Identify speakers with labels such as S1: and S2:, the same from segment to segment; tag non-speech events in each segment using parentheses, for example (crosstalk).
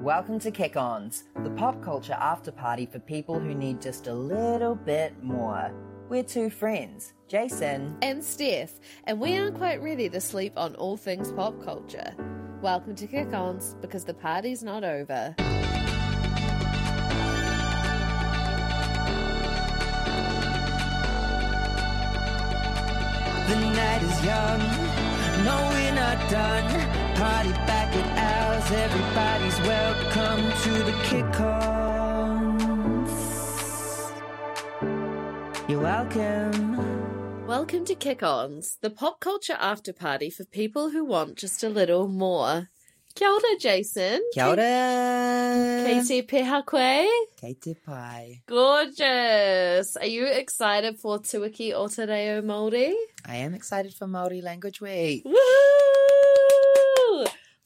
S1: Welcome to Kick Ons, the pop culture after party for people who need just a little bit more. We're two friends, Jason.
S2: and Steph, and we aren't quite ready to sleep on all things pop culture. Welcome to Kick Ons because the party's not over.
S1: The night is young, no, we're not done. Party back at ours, everybody's welcome to the Kick Ons. You're welcome.
S2: Welcome to Kick Ons, the pop culture after party for people who want just a little more. Kia ora, Jason.
S1: Kia ora.
S2: Katie Pehakwe.
S1: Katie Pie.
S2: Gorgeous. Are you excited for Tuiki o Te Reo Māori?
S1: I am excited for Maori Language Week.
S2: Woo!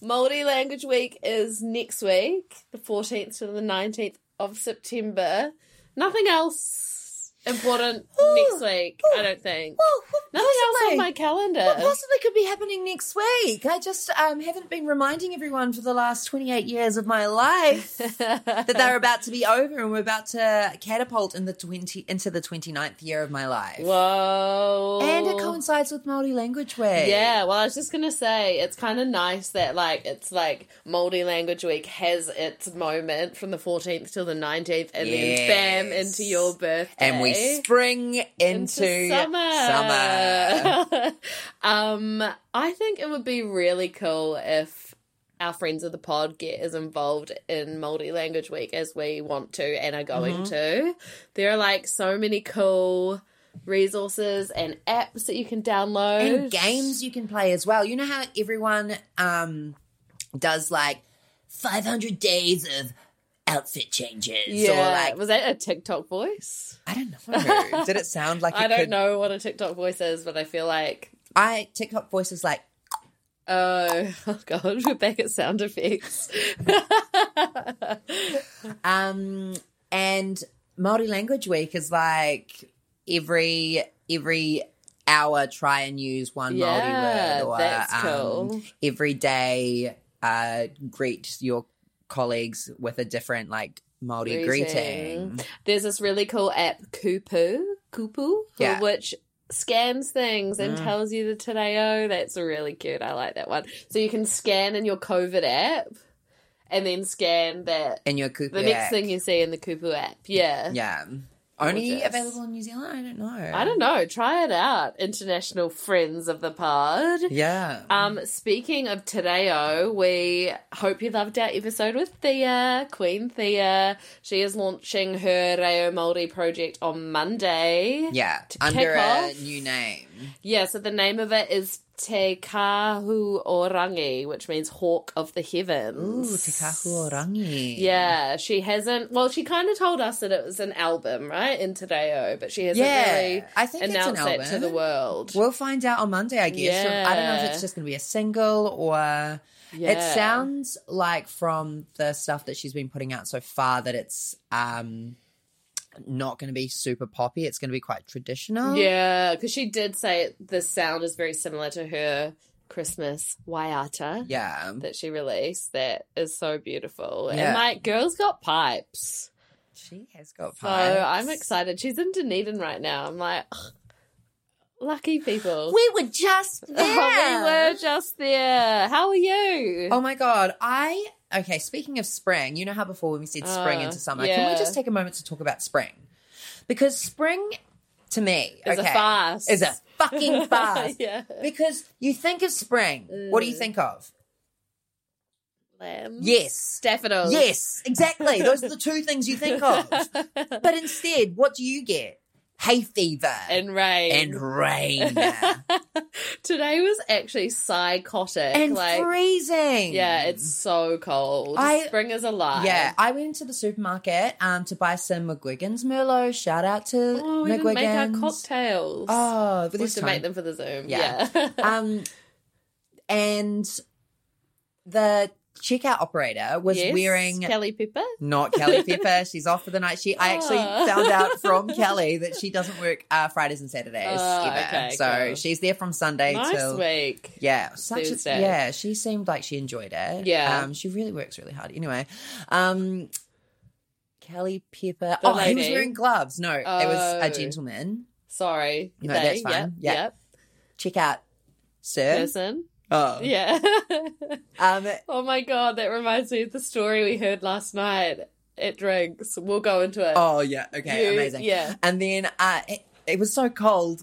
S2: Māori Language Week is next week, the 14th to the 19th of September. Nothing else important
S3: (gasps)
S2: next week, I don't think.
S3: Well, Oh, what
S2: Nothing else
S3: possibly-
S2: on my
S3: What
S2: calendar.
S3: possibly could be happening next week? I just um, haven't been reminding everyone for the last 28 years of my life
S2: (laughs)
S3: that they're about to be over and we're about to catapult in the 20, into the 29th year of my life.
S2: Whoa.
S3: And it coincides with Māori Language Week.
S2: Yeah, well, I was just gonna say it's kind of nice that like it's like Maori Language Week has its moment from the 14th till the 19th, and
S1: Yes.
S2: then bam into your birthday,
S1: And we spring into,
S2: (laughs)
S1: summer.
S2: summer. um, I think it would be really cool if our friends of the pod get as involved in Maori Language Week as we want to and are going to. There are like so many cool resources and apps that you can download
S3: and games you can play as well. You know how everyone um, does like 500 days of outfit changes or like
S2: was that a TikTok voice?
S1: I don't know. Did it sound
S2: (laughs)
S1: like it
S2: I don't
S1: could-
S2: know what a TikTok voice is, but I feel like
S3: I TikTok voices like
S2: oh, (laughs) oh god, we're back at sound effects. (laughs)
S3: Um, and Maori Language Week is like every every hour try and use one
S2: Yeah,
S3: Maori word, or
S2: that's
S3: um,
S2: cool.
S3: every day uh, greet your colleagues with a different like Maori greeting.
S2: There's this really cool app, Kupu, Kupu,
S3: Yeah. Mm.
S2: which scans things and tells you the Tadeo. That's really cute. I like that one. So you can scan in your COVID app, and then scan that
S3: in your kupu.
S2: the next thing you see in the Kupu app. Yeah.
S3: yeah, only
S2: Gorgeous.
S3: available in New Zealand. I don't know.
S2: I don't know. Try it out, international friends of the pod.
S3: Yeah.
S2: Um, speaking of Tadeo, we hope you loved our episode with Thea, Queen Thea. She is launching her Reo Māori project on Monday.
S3: yeah,
S2: to
S3: under
S2: kick
S3: a
S2: off-
S3: new name.
S2: Yeah, so the name of it is Te Kahu Orangi, which means Hawk of the
S3: Ooh,
S2: Heavens.
S3: Te Kahu Orangi.
S2: Yeah, she hasn't. Well, she kind of told us that it was an album, right, in Tadeo, but she hasn't
S3: Yeah,
S2: really
S3: I think it's an
S2: announced that to
S3: album.
S2: the world.
S3: We'll find out on Monday, I guess. I don't know if
S2: Yeah.
S3: it's just going to be a single or.
S2: Yeah.
S3: It sounds like from the stuff that she's been putting out so far that it's um not going to be super poppy. It's going to be quite traditional.
S2: Yeah, because she did say the sound is very similar to her Christmas Waiata
S3: Yeah.
S2: that she released. That is so beautiful.
S3: Yeah.
S2: And like, girls got pipes.
S3: She has got
S2: So
S3: pipes.
S2: I'm excited. She's in Dunedin right now. I'm like, ugh, lucky people.
S3: We were just there.
S2: Oh, (laughs) we were just there. How are you?
S3: Oh my god. I okay, speaking of spring, you know how before when we said spring
S2: Uh,
S3: into summer, can
S2: yeah.
S3: we just take a moment to talk about spring? Because spring to me
S2: Is a
S3: okay,
S2: fast.
S3: is a
S2: (laughs)
S3: fucking fast.
S2: yeah.
S3: Because you think of spring, what do you think of?
S2: Lambs.
S3: Yes.
S2: Daffodils.
S3: Yes, exactly. Those are the two things you think
S2: (laughs)
S3: of. But instead, what do you get? Hay fever
S2: And rain.
S3: and rain
S2: (laughs) Today was actually psychotic.
S3: and
S2: like,
S3: freezing.
S2: Yeah, it's so cold.
S3: I-
S2: Spring is alive.
S3: yeah. I went to the supermarket um to buy some McGuigan's Merlot. Shout out to
S2: Oh, we didn't
S3: McGuigan's.
S2: make our cocktails.
S3: Oh, but
S2: we have
S3: this
S2: to
S3: time. Um,
S2: make
S3: (laughs)
S2: them for the Zoom.
S3: Yeah.
S2: Yeah.
S3: um, and the checkout operator was
S2: Yes,
S3: wearing
S2: Kelly Pepper.
S3: not Kelly
S2: (laughs)
S3: Pepper. She's off for the night. She I actually
S2: Ah.
S3: found
S2: (laughs)
S3: out from Kelly that she doesn't work uh, Fridays and Saturdays
S2: Oh,
S3: ever.
S2: okay,
S3: so
S2: cool.
S3: she's there from Sunday
S2: Nice
S3: till
S2: week.
S3: yeah, such a,
S2: Tuesday.
S3: yeah. She seemed like she enjoyed it.
S2: Yeah.
S3: um, she really works really hard. Anyway, um, Kelly Pepper.
S2: The
S3: oh, he was
S2: lady.
S3: wearing gloves. No, it was a
S2: Oh.
S3: gentleman.
S2: Sorry.
S3: No, that's fine.
S2: Yep,
S3: Yeah.
S2: yep.
S3: Check out, sir.
S2: Person.
S3: Oh,
S2: Yeah. (laughs)
S3: um,
S2: oh my god, that reminds me of the story we heard last night at drinks. We'll go into it.
S3: oh yeah. Okay,
S2: You-
S3: amazing.
S2: Yeah.
S3: And then uh, it, it was so cold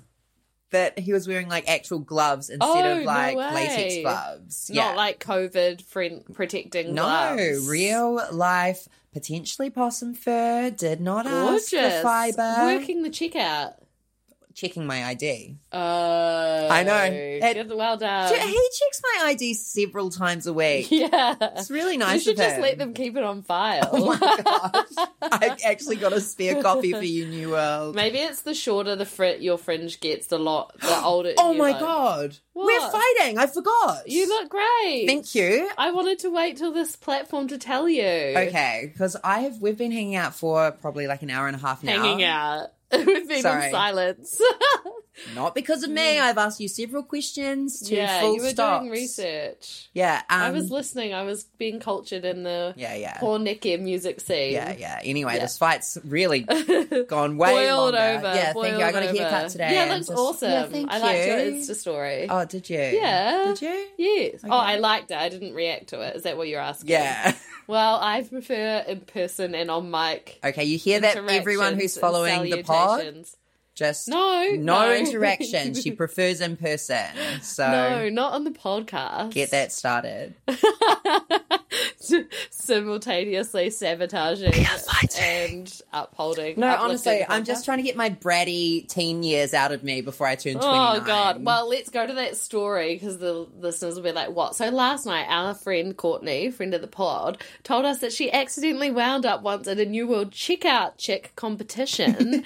S3: that he was wearing like actual gloves instead
S2: Oh,
S3: of
S2: no
S3: like latex
S2: way.
S3: gloves.
S2: Not like COVID friend protecting
S3: no,
S2: gloves.
S3: real life, potentially possum fur. Did not ask
S2: gorgeous
S3: for fiber.
S2: Working the checkout.
S3: Checking my ID.
S2: Oh,
S3: I know. It-
S2: Good, well done.
S3: So he checks my ID several times a week.
S2: (laughs) yeah.
S3: It's really
S2: you
S3: nice
S2: should
S3: of
S2: just
S3: him.
S2: let them keep it on file.
S3: Oh my
S2: (laughs)
S3: gosh! (laughs) I actually got a spare copy for you, New World.
S2: Maybe it's the shorter the fr- your fringe gets, the lot the older.
S3: Oh
S2: you
S3: my
S2: look.
S3: god! We're
S2: What?
S3: fighting. I forgot.
S2: You look great.
S3: Thank you.
S2: I wanted to wait till this platform to tell you.
S3: Okay, because I have we've been hanging out for probably like an hour and a half now.
S2: Hanging out. (laughs) We've been
S3: Sorry.
S2: in silence.
S3: Not because of me. I've asked you several questions to
S2: (laughs) Mm. yeah,
S3: full
S2: you were
S3: stops.
S2: doing research.
S3: Yeah, um,
S2: I was listening. I was being cultured in the
S3: yeah, yeah,
S2: poor Nicky music scene.
S3: yeah, yeah. Anyway,
S2: Yeah.
S3: this fight's really
S2: (laughs)
S3: gone way
S2: boiled
S3: longer.
S2: over.
S3: Yeah, thank
S2: boiled
S3: you. I got a
S2: over.
S3: haircut today.
S2: Yeah,
S3: and
S2: it looks
S3: just-
S2: awesome.
S3: Yeah, thank
S2: I
S3: you.
S2: liked your Insta story.
S3: Oh, did you?
S2: Yeah.
S3: Did you?
S2: Yes.
S3: Okay.
S2: Oh, I liked it. I didn't react to it. Is that what you're asking?
S3: Yeah.
S2: Well, I prefer in person and on mic.
S3: (laughs) Okay, you hear that? Everyone who's
S2: interactions and
S3: following the pod,
S2: salutations.
S3: just
S2: No,
S3: no interaction.
S2: (laughs)
S3: she prefers in person. So
S2: no, not on the podcast.
S3: get that started.
S2: (laughs) Simultaneously sabotaging and upholding.
S3: No,
S2: uplifting
S3: honestly,
S2: the
S3: I'm just
S2: podcast.
S3: trying to get my bratty teen years out of me before I turn 29.
S2: Oh god! Well, let's go to that story because the listeners will be like, "What?" So last night, our friend Courtney, friend of the pod, told us that she accidentally wound up once at a New World Checkout Chick competition,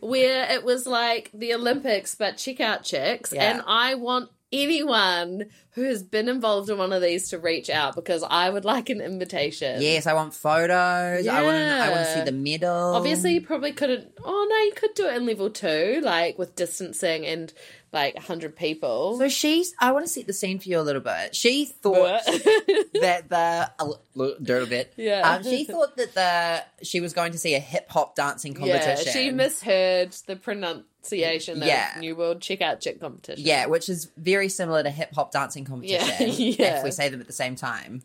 S2: where it was like the Olympics but checkout chicks,
S3: Yeah.
S2: and I want. Anyone who has been involved in one of these to reach out because I would like an invitation.
S3: yes, I want photos. I want. to. I want to see
S2: Yeah.
S3: the medal.
S2: Obviously, you probably couldn't. Oh no, you could do it in level two, like with distancing and like hundred people.
S3: So she's. I want to set the scene for you a little bit. She thought that the a li- little bit.
S2: Yeah.
S3: Um, she thought that the she was going to see a hip hop dancing
S2: (laughs) yeah,
S3: competition.
S2: she misheard the pronunciation
S3: Yeah.
S2: of New World Checkout Chick competition.
S3: Yeah, which is very similar to hip hop dancing competition.
S2: (laughs) yeah.
S3: If we say them at the same time.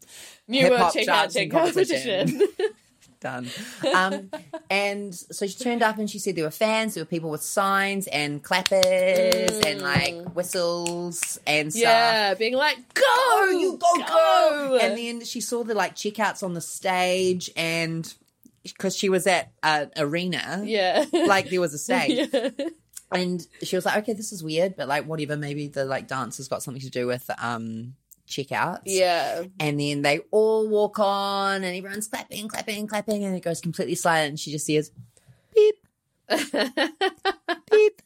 S2: New World
S3: hip-hop
S2: Checkout
S3: dancing
S2: Chick competition.
S3: (laughs) done.
S2: (laughs)
S3: Um, and so she turned up and she said there were fans, there were people with signs and clappers and like whistles and stuff.
S2: Mm. yeah, being like, go,
S3: Go, "Oh, you go, go! And then she saw the like checkouts on the stage and because she was at an arena.
S2: yeah, (laughs)
S3: Like there was a stage,
S2: yeah.
S3: and she was like, "Okay, this is weird, but like, whatever. Maybe the like dance has got something to do with um checkouts." (laughs)
S2: yeah.
S3: And then they all walk on and everyone's clapping, clapping, clapping, and it goes completely silent. And she just hears beep, beep,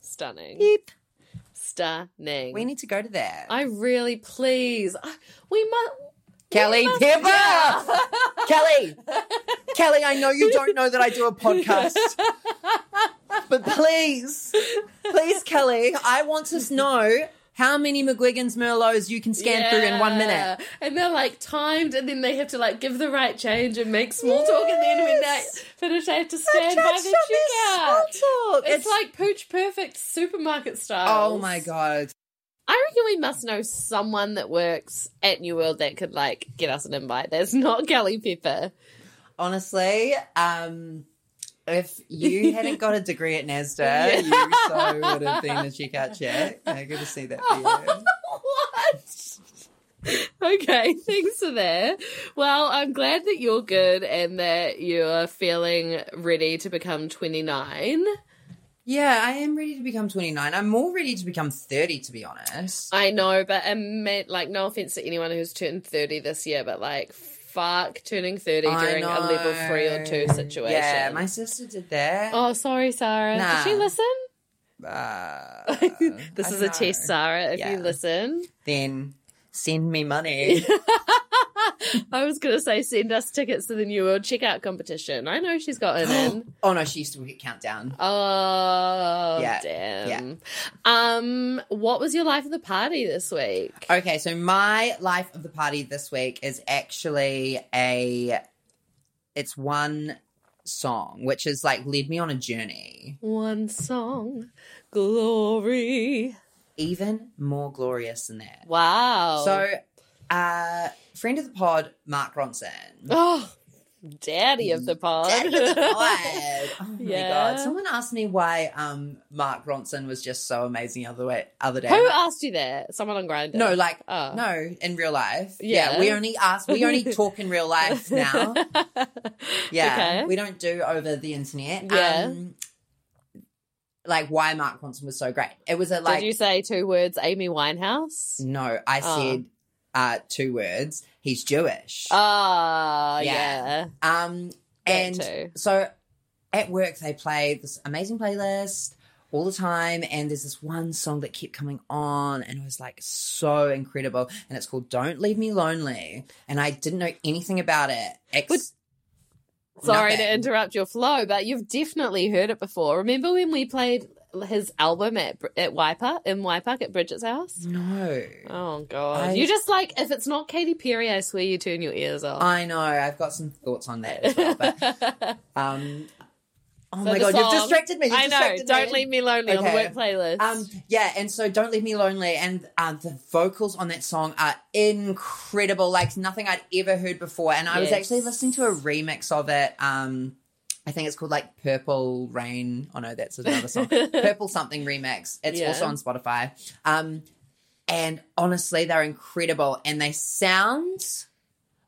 S2: Stunning,
S3: beep.
S2: stunning.
S3: We need to go to that.
S2: I really please. I, we must.
S3: Kelly
S2: must-
S3: Pepper! (laughs) Kelly! Kelly, I know you don't know that I do a podcast. But please, please, Kelly, I want to know how many McGuigan's Merlots you can scan through in one minute.
S2: Yeah. And they're like timed, and then they have to like give the right change and make small talk, and then when they
S3: Yes.
S2: finish, they have to stand by
S3: That's
S2: the
S3: not their
S2: checkout.
S3: small talk.
S2: It's, like pooch perfect supermarket style.
S3: oh my god.
S2: I reckon we must know someone that works at New World that could like get us an invite. That's not Kelly (laughs) Pepper.
S3: honestly, um, if you hadn't got a degree at NASDA, (laughs) you so would have been a checkout check. I could see that for you.
S2: what? Okay, (laughs) thanks for that. Well, I'm glad that you're good and that you're feeling ready to become 29.
S3: (laughs) Yeah, I am ready to become 29. I'm more ready to become 30, to be honest.
S2: I know, but I meant like no offense to anyone who's turned thirty this year, but like fuck turning thirty
S3: I
S2: during a
S3: know.
S2: level three or two situation.
S3: Yeah, my sister did that.
S2: Oh, sorry, Sarah.
S3: Nah.
S2: Did she listen?
S3: Uh,
S2: Oh. (laughs)
S3: I
S2: this is
S3: don't
S2: a test,
S3: know.
S2: Sarah. If
S3: Yeah.
S2: you listen, (laughs)
S3: Then send me money.
S2: I was going to say send us tickets to the New World Checkout competition. I know she's gotten in.
S3: (gasps) Oh no, she used to work at Countdown.
S2: Oh
S3: Yeah,
S2: damn. Um what was your life of the party this week?
S3: Okay, so my life of the party this week is actually a it's one song which is like led me on a journey
S2: One song. Glory.
S3: even more glorious than that.
S2: Wow.
S3: So uh friend of the pod Mark Ronson.
S2: (laughs) Oh Daddy of the pod.
S3: Daddy of the pod. Oh my
S2: Yeah.
S3: god. Someone asked me why um Mark Ronson was just so amazing the other way other day.
S2: (laughs) Who asked you that? Someone on Grindr.
S3: No, like
S2: Oh.
S3: no, in real life. Yeah.
S2: Yeah.
S3: we only ask. We only talk in real
S2: (laughs)
S3: life now. Yeah,
S2: Okay.
S3: we don't do over the internet.
S2: Yeah.
S3: Um, like why Mark Ronson was so great. It was a
S2: Did
S3: like
S2: you say two words, Amy Winehouse?
S3: no. I
S2: Oh.
S3: said uh, two words. He's Jewish.
S2: Ah,
S3: Yeah.
S2: yeah.
S3: um,
S2: That
S3: and
S2: too.
S3: so at work they play this amazing playlist all the time and there's this one song that kept coming on and it was like so incredible and it's called don't leave me lonely and i didn't know anything about it ex-
S2: Would- Sorry to
S3: Nothing.
S2: interrupt your flow, but you've definitely heard it before. Remember when we played his album at at Waipa in Waipa at Bridget's house?
S3: no
S2: Oh god.
S3: Mm. I-
S2: you just like if it's not Katy Perry, I swear you turn your ears (laughs) off.
S3: i know i've got some thoughts on that as well but
S2: (laughs)
S3: um oh
S2: So
S3: my
S2: the
S3: god
S2: song-
S3: you've distracted me you've
S2: I know.
S3: distracted
S2: Don't
S3: me.
S2: leave me lonely on the
S3: Okay.
S2: work playlist.
S3: Um, yeah, and so "Don't Leave Me Lonely" and um, the vocals on that song are incredible, like nothing I'd ever heard before. And I was
S2: Yes.
S3: actually listening to a remix of it. Um, I think it's called like "Purple Rain." Oh no, that's another
S2: (laughs)
S3: song. "Purple Something" remix. It's
S2: Yeah.
S3: also on Spotify. Um, and honestly, they're incredible, and they sound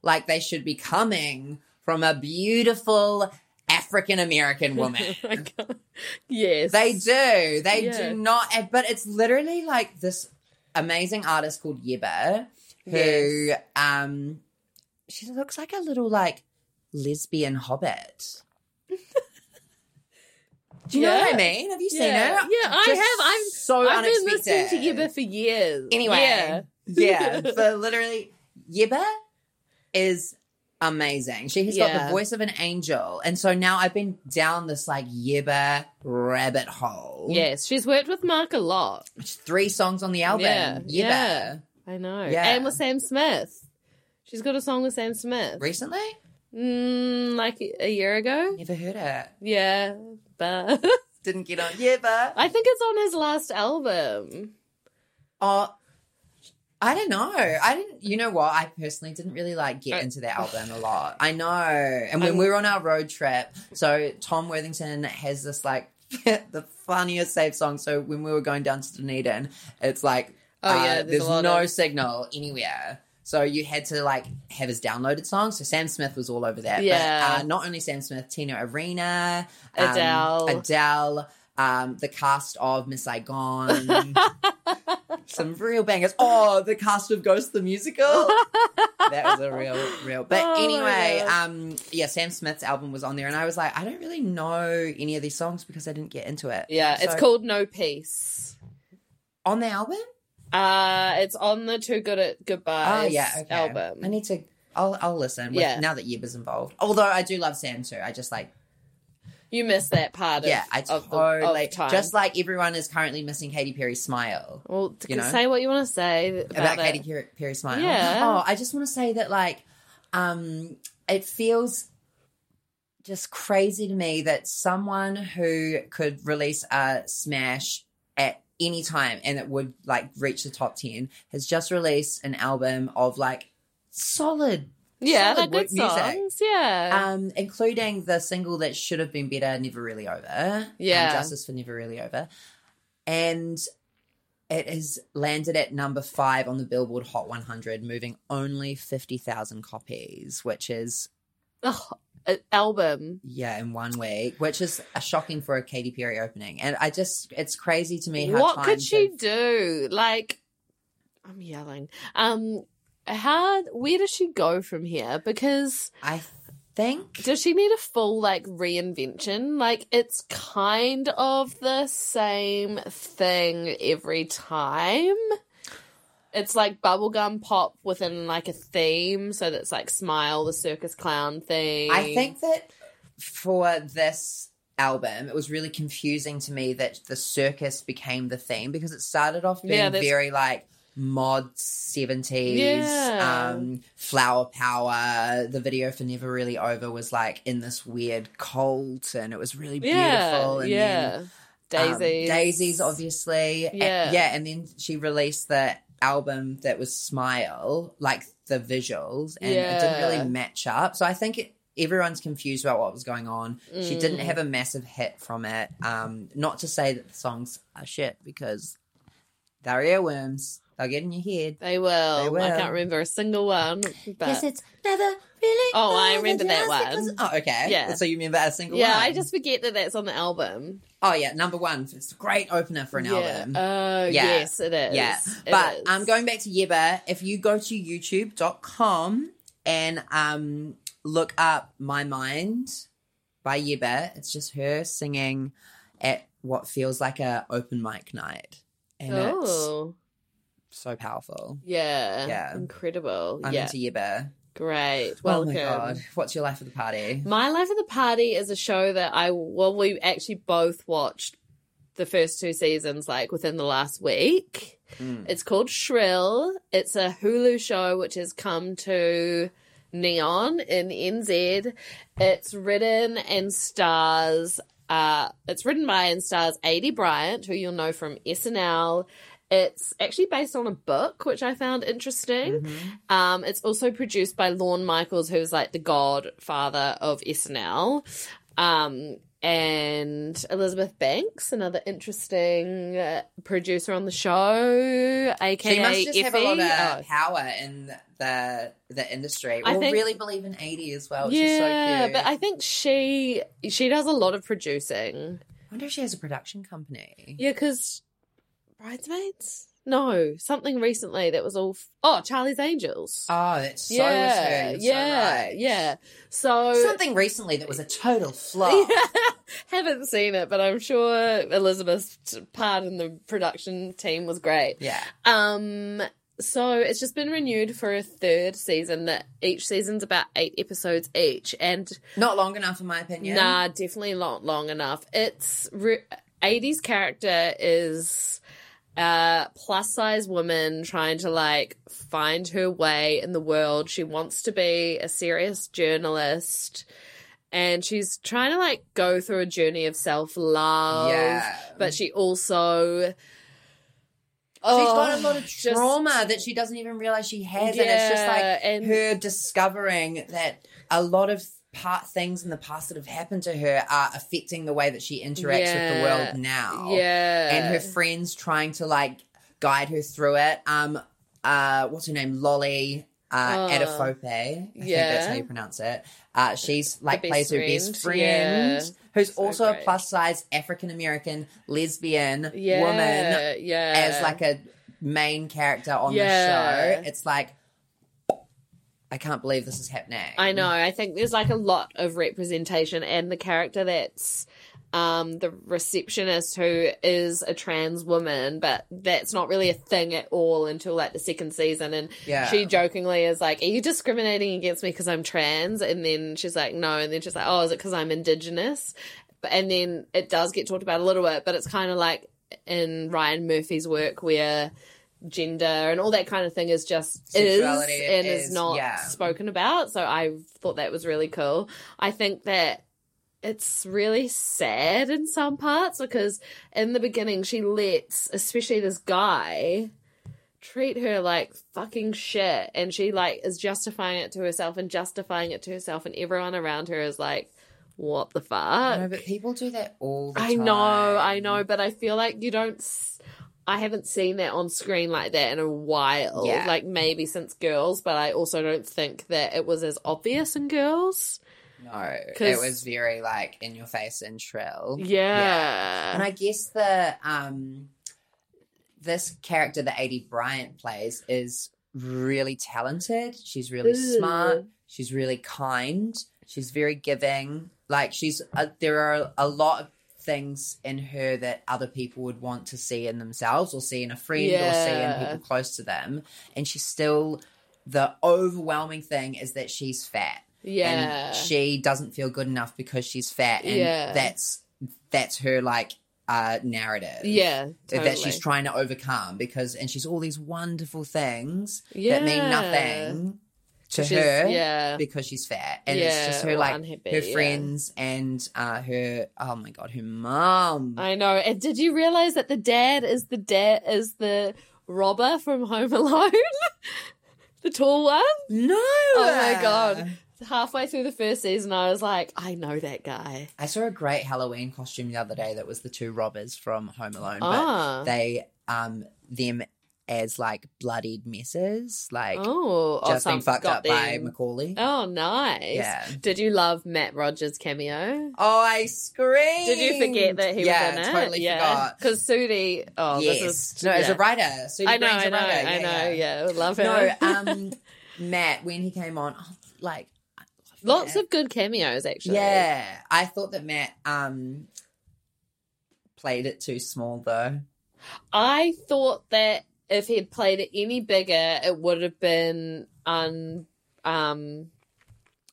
S3: like they should be coming from a beautiful African American woman.
S2: (laughs) Oh my God. yes.
S3: They do. They
S2: Yeah.
S3: do not. and- But it's literally like this amazing artist called Yeba, who
S2: Yes.
S3: um, she looks like a little like lesbian
S2: (laughs)
S3: hobbit. do you know what
S2: Yeah.
S3: I mean? Have you seen
S2: yeah.
S3: her?
S2: Yeah, I
S3: Just
S2: have. I'm
S3: so
S2: I've been
S3: unexpected.
S2: listening to Yibba for years.
S3: Anyway,
S2: Yeah.
S3: yeah, but literally, Yeba is amazing. She has got
S2: Yeah.
S3: the voice of an angel, and so now I've been down this like Yeba rabbit hole.
S2: Yes. She's worked with Mark a lot.
S3: It's three songs on the album.
S2: Yeah,
S3: Yeah,
S2: yeah. I know.
S3: Yeah.
S2: And with Sam Smith. She's got a song with Sam Smith.
S3: Recently,
S2: Mm, like a year ago?
S3: never heard it.
S2: Yeah. But (laughs)
S3: Didn't get on. Yeah, but
S2: I think it's on his last album.
S3: oh, I don't know. I didn't. You know what? I personally didn't really like get into that album a lot. I know. And when
S2: I'm-
S3: we were on our road trip, so Tom Worthington has this like (laughs) the funniest save song. So when we were going down to Dunedin, it's like
S2: Oh,
S3: uh,
S2: yeah, there's a
S3: there's,
S2: lot
S3: no
S2: of-
S3: signal anywhere. So you had to like have his downloaded song. So Sam Smith was all over that.
S2: Yeah.
S3: But, uh, not only Sam Smith, Tina Arena,
S2: Adele.
S3: um, Adele, um, the cast of Miss
S2: (laughs)
S3: Saigon, some real bangers. Oh, the cast of Ghost the Musical. that was a real, real. But
S2: Oh my
S3: anyway,
S2: God.
S3: um, yeah, Sam Smith's album was on there, and I was like, I don't really know any of these songs because I didn't get into it.
S2: Yeah, it's
S3: So-
S2: called No Peace.
S3: on the album.
S2: Uh, it's on the Too Good at
S3: Oh
S2: Goodbyes
S3: yeah, okay. I
S2: album.
S3: need to. I'll I'll listen. With,
S2: Yeah.
S3: Now that Yiba's involved, although I do love Sam too. I just like
S2: You missed that part. Of,
S3: yeah, I
S2: of the
S3: totally
S2: of time.
S3: just like everyone is currently missing Katy Perry's smile.
S2: well, to
S3: you know,
S2: say what you want to say about,
S3: about
S2: it.
S3: Katy Perry, Perry smile.
S2: Yeah.
S3: Oh, I just want to say that like, um, it feels just crazy to me that someone who could release a smash at any time and it would like reach the top ten has just released an album of like solid.
S2: yeah, like
S3: solid
S2: good
S3: work music.
S2: songs. Yeah,
S3: Um, including the single that should have been better, Never Really Over. um,
S2: Yeah.
S3: Justice for Never Really Over. And it has landed at number five on the Billboard Hot 100, moving only 50,000 copies, which is, Um,
S2: Ugh, an album.
S3: yeah, in one week, which is a shocking for a Katy Perry opening. And I just, it's crazy to me how
S2: What could
S3: times
S2: she
S3: have-
S2: do? Like, I'm yelling. Um, how? Where does she go from here? Because
S3: I think.
S2: Does she need a full like reinvention? Like it's kind of the same thing every time. it's like bubblegum pop within like a theme, so that's like Smile, the circus clown thing.
S3: I think that for this album, it was really confusing to me that the circus became the theme because it started off being
S2: Yeah, that's-
S3: very like mod 70s
S2: Yeah.
S3: um flower power the video for never really over was like in this weird cult and it was really beautiful and then
S2: yeah.
S3: um,
S2: Daisy.
S3: Daisies, obviously. A-
S2: Yeah.
S3: yeah. And then she released the album that was Smile, like the visuals, and it
S2: Yeah.
S3: didn't really match up. So I think it, everyone's confused about what was going on. She didn't
S2: Mm.
S3: have a massive hit from it. Um, not to say that the songs are shit because they're earworms, they'll get in your head.
S2: They will.
S3: They will.
S2: I can't remember a single one, but
S3: it's never really.
S2: Oh, I
S3: over
S2: remember that
S3: just because-
S2: one.
S3: Oh, okay.
S2: Yeah.
S3: So you remember a single
S2: yeah,
S3: one?
S2: I just forget that that's on the album.
S3: Oh, yeah. Number one. It's a great opener for an
S2: yeah.
S3: album.
S2: Oh,
S3: Yeah.
S2: yes, it is.
S3: Yeah.
S2: It
S3: But
S2: is.
S3: um, going back to Yeba, if you go to youtube.com and um, look up My Mind by Yeba, it's just her singing at what feels like a open mic night. And it's
S2: Oh,
S3: so powerful.
S2: yeah.
S3: Yeah.
S2: Incredible.
S3: I'm
S2: yeah.
S3: into Yeba.
S2: Great.
S3: Oh
S2: Welcome.
S3: my God. What's your life of the party?
S2: My Life of the Party is a show that I well we actually both watched the first two seasons like within the last week.
S3: Mm.
S2: It's called Shrill. It's a Hulu show which has come to Neon in NZ. It's written and stars uh it's written by and stars Adi Bryant, who you'll know from SNL. It's actually based on a book, which I found interesting.
S3: Mm-hmm.
S2: Um, it's also produced by Lorne Michaels, who's like the godfather of SNL. Um, and Elizabeth Banks, another interesting uh, producer on the show, aka
S3: She must just have a lot
S2: Effie.
S3: of power in the the industry.
S2: oh. I
S3: Or
S2: think-
S3: really believe in 80 as well, which is so
S2: Oh, yeah,
S3: cute.
S2: but I think she she does a lot of producing.
S3: wonder if she has a production company.
S2: Yeah, because Bridesmaids? No, something recently that was all. F- oh, Charlie's Angels.
S3: Oh, it's so
S2: yeah,
S3: was her. You're so
S2: yeah,
S3: right.
S2: yeah. So
S3: Something recently that was a total
S2: (laughs)
S3: flop.
S2: haven't seen it, but I'm sure Elizabeth's part in the production team was great.
S3: Yeah.
S2: Um, so it's just been renewed for a third season. That each season's about eight episodes each, and
S3: Not long enough, in my opinion.
S2: Nah, definitely not long enough. It's re- 80's character is a plus size woman trying to like find her way in the world. She wants to be a serious journalist and she's trying to like go through a journey of self love.
S3: Yeah.
S2: But she also.
S3: She's
S2: Oh,
S3: got a lot of
S2: just-
S3: trauma that she doesn't even realize she has. and it's just
S2: Yeah,
S3: like
S2: and-
S3: her discovering that a lot of part things in the past that have happened to her are affecting the way that she interacts with the
S2: Yeah.
S3: world now.
S2: Yeah.
S3: And her friends trying to like guide her through it. Um, uh, what's her name? Lolly. Uh,
S2: Oh.
S3: Adafope, I think that's
S2: Yeah.
S3: how you pronounce it. Uh, she's like
S2: best
S3: plays her best
S2: friend,
S3: friend,
S2: yeah.
S3: who's
S2: So
S3: also a
S2: great.
S3: plus size African American lesbian
S2: yeah,
S3: woman
S2: yeah.
S3: as like a main character on
S2: Yeah.
S3: the show. It's like I can't believe this is happening.
S2: I know. I think there's like a lot of representation, and the character that's um, the receptionist who is a trans woman, but that's not really a thing at all until like the second season. And
S3: Yeah.
S2: she jokingly is like, "Are you discriminating against me because I'm trans?" And then she's like, "No," and then she's like, "Oh, is it because I'm indigenous?" But- And then it does get talked about a little bit, but it's kind of like in Ryan Murphy's work where gender and all that kind of thing is just
S3: Sexuality
S2: is and is,
S3: is-
S2: not
S3: yeah.
S2: spoken about. So I thought that was really cool. I think that it's really sad in some parts because in the beginning she lets, especially this guy, treat her like fucking shit, and she like is justifying it to herself and justifying it to herself, and everyone around her is like, "What the fuck?"
S3: No, but people do that all the
S2: I
S3: time.
S2: know, I know, but I feel like you don't. S- I haven't seen that on screen like that in a while.
S3: Yeah.
S2: Like maybe since Girls, but I also don't think that it was as obvious in Girls.
S3: No,
S2: 'Cause-
S3: it was very like in your face and shrill.
S2: Yeah.
S3: And I guess the um this character that AD Bryant plays is really talented. She's really
S2: Ooh.
S3: smart. She's really kind. She's very giving. Like she's uh, there are a lot of things in her that other people would want to see in themselves or see in a friend or see in
S2: Yeah.
S3: people close to them. And she's still the overwhelming thing is that she's fat.
S2: Yeah.
S3: And she doesn't feel good enough because she's fat. And
S2: Yeah.
S3: that's that's her like uh narrative.
S2: yeah. Totally.
S3: That she's trying to overcome because and she's all these wonderful things that mean
S2: Yeah.
S3: nothing to
S2: She's-
S3: her
S2: Yeah.
S3: because she's fat and it's
S2: Yeah,
S3: just her
S2: or
S3: like
S2: unhappy,
S3: her
S2: yeah.
S3: friends and uh her oh my god her mum
S2: I know. And did you realize that the dad is the dad is the robber from Home Alone? (laughs) the tall one?
S3: no
S2: Oh my god. Halfway through the first season I was like, I know that guy.
S3: i saw a great halloween costume the other day that was the two robbers from home alone
S2: Ah.
S3: but they um them as like bloodied messes like
S2: oh, or
S3: just being
S2: some-
S3: fucked
S2: got
S3: up by
S2: them.
S3: macaulay
S2: Oh, nice.
S3: Yeah.
S2: Did you love Matt Rogers' cameo?
S3: oh i screamed
S2: Did you forget that he
S3: yeah,
S2: was in it?
S3: totally forgot
S2: Because Sudie, oh,
S3: yes
S2: this is
S3: no as
S2: yeah.
S3: a writer so
S2: I know, I know,
S3: writer.
S2: I
S3: Yeah,
S2: know.
S3: yeah.
S2: Yeah, love him.
S3: No, um, Matt, when he came on, oh,
S2: (laughs)
S3: like I love
S2: Lots
S3: Matt.
S2: of good cameos, actually.
S3: yeah. I thought that Matt um played it too small though.
S2: I thought that if he'd played it any bigger, it would have been un um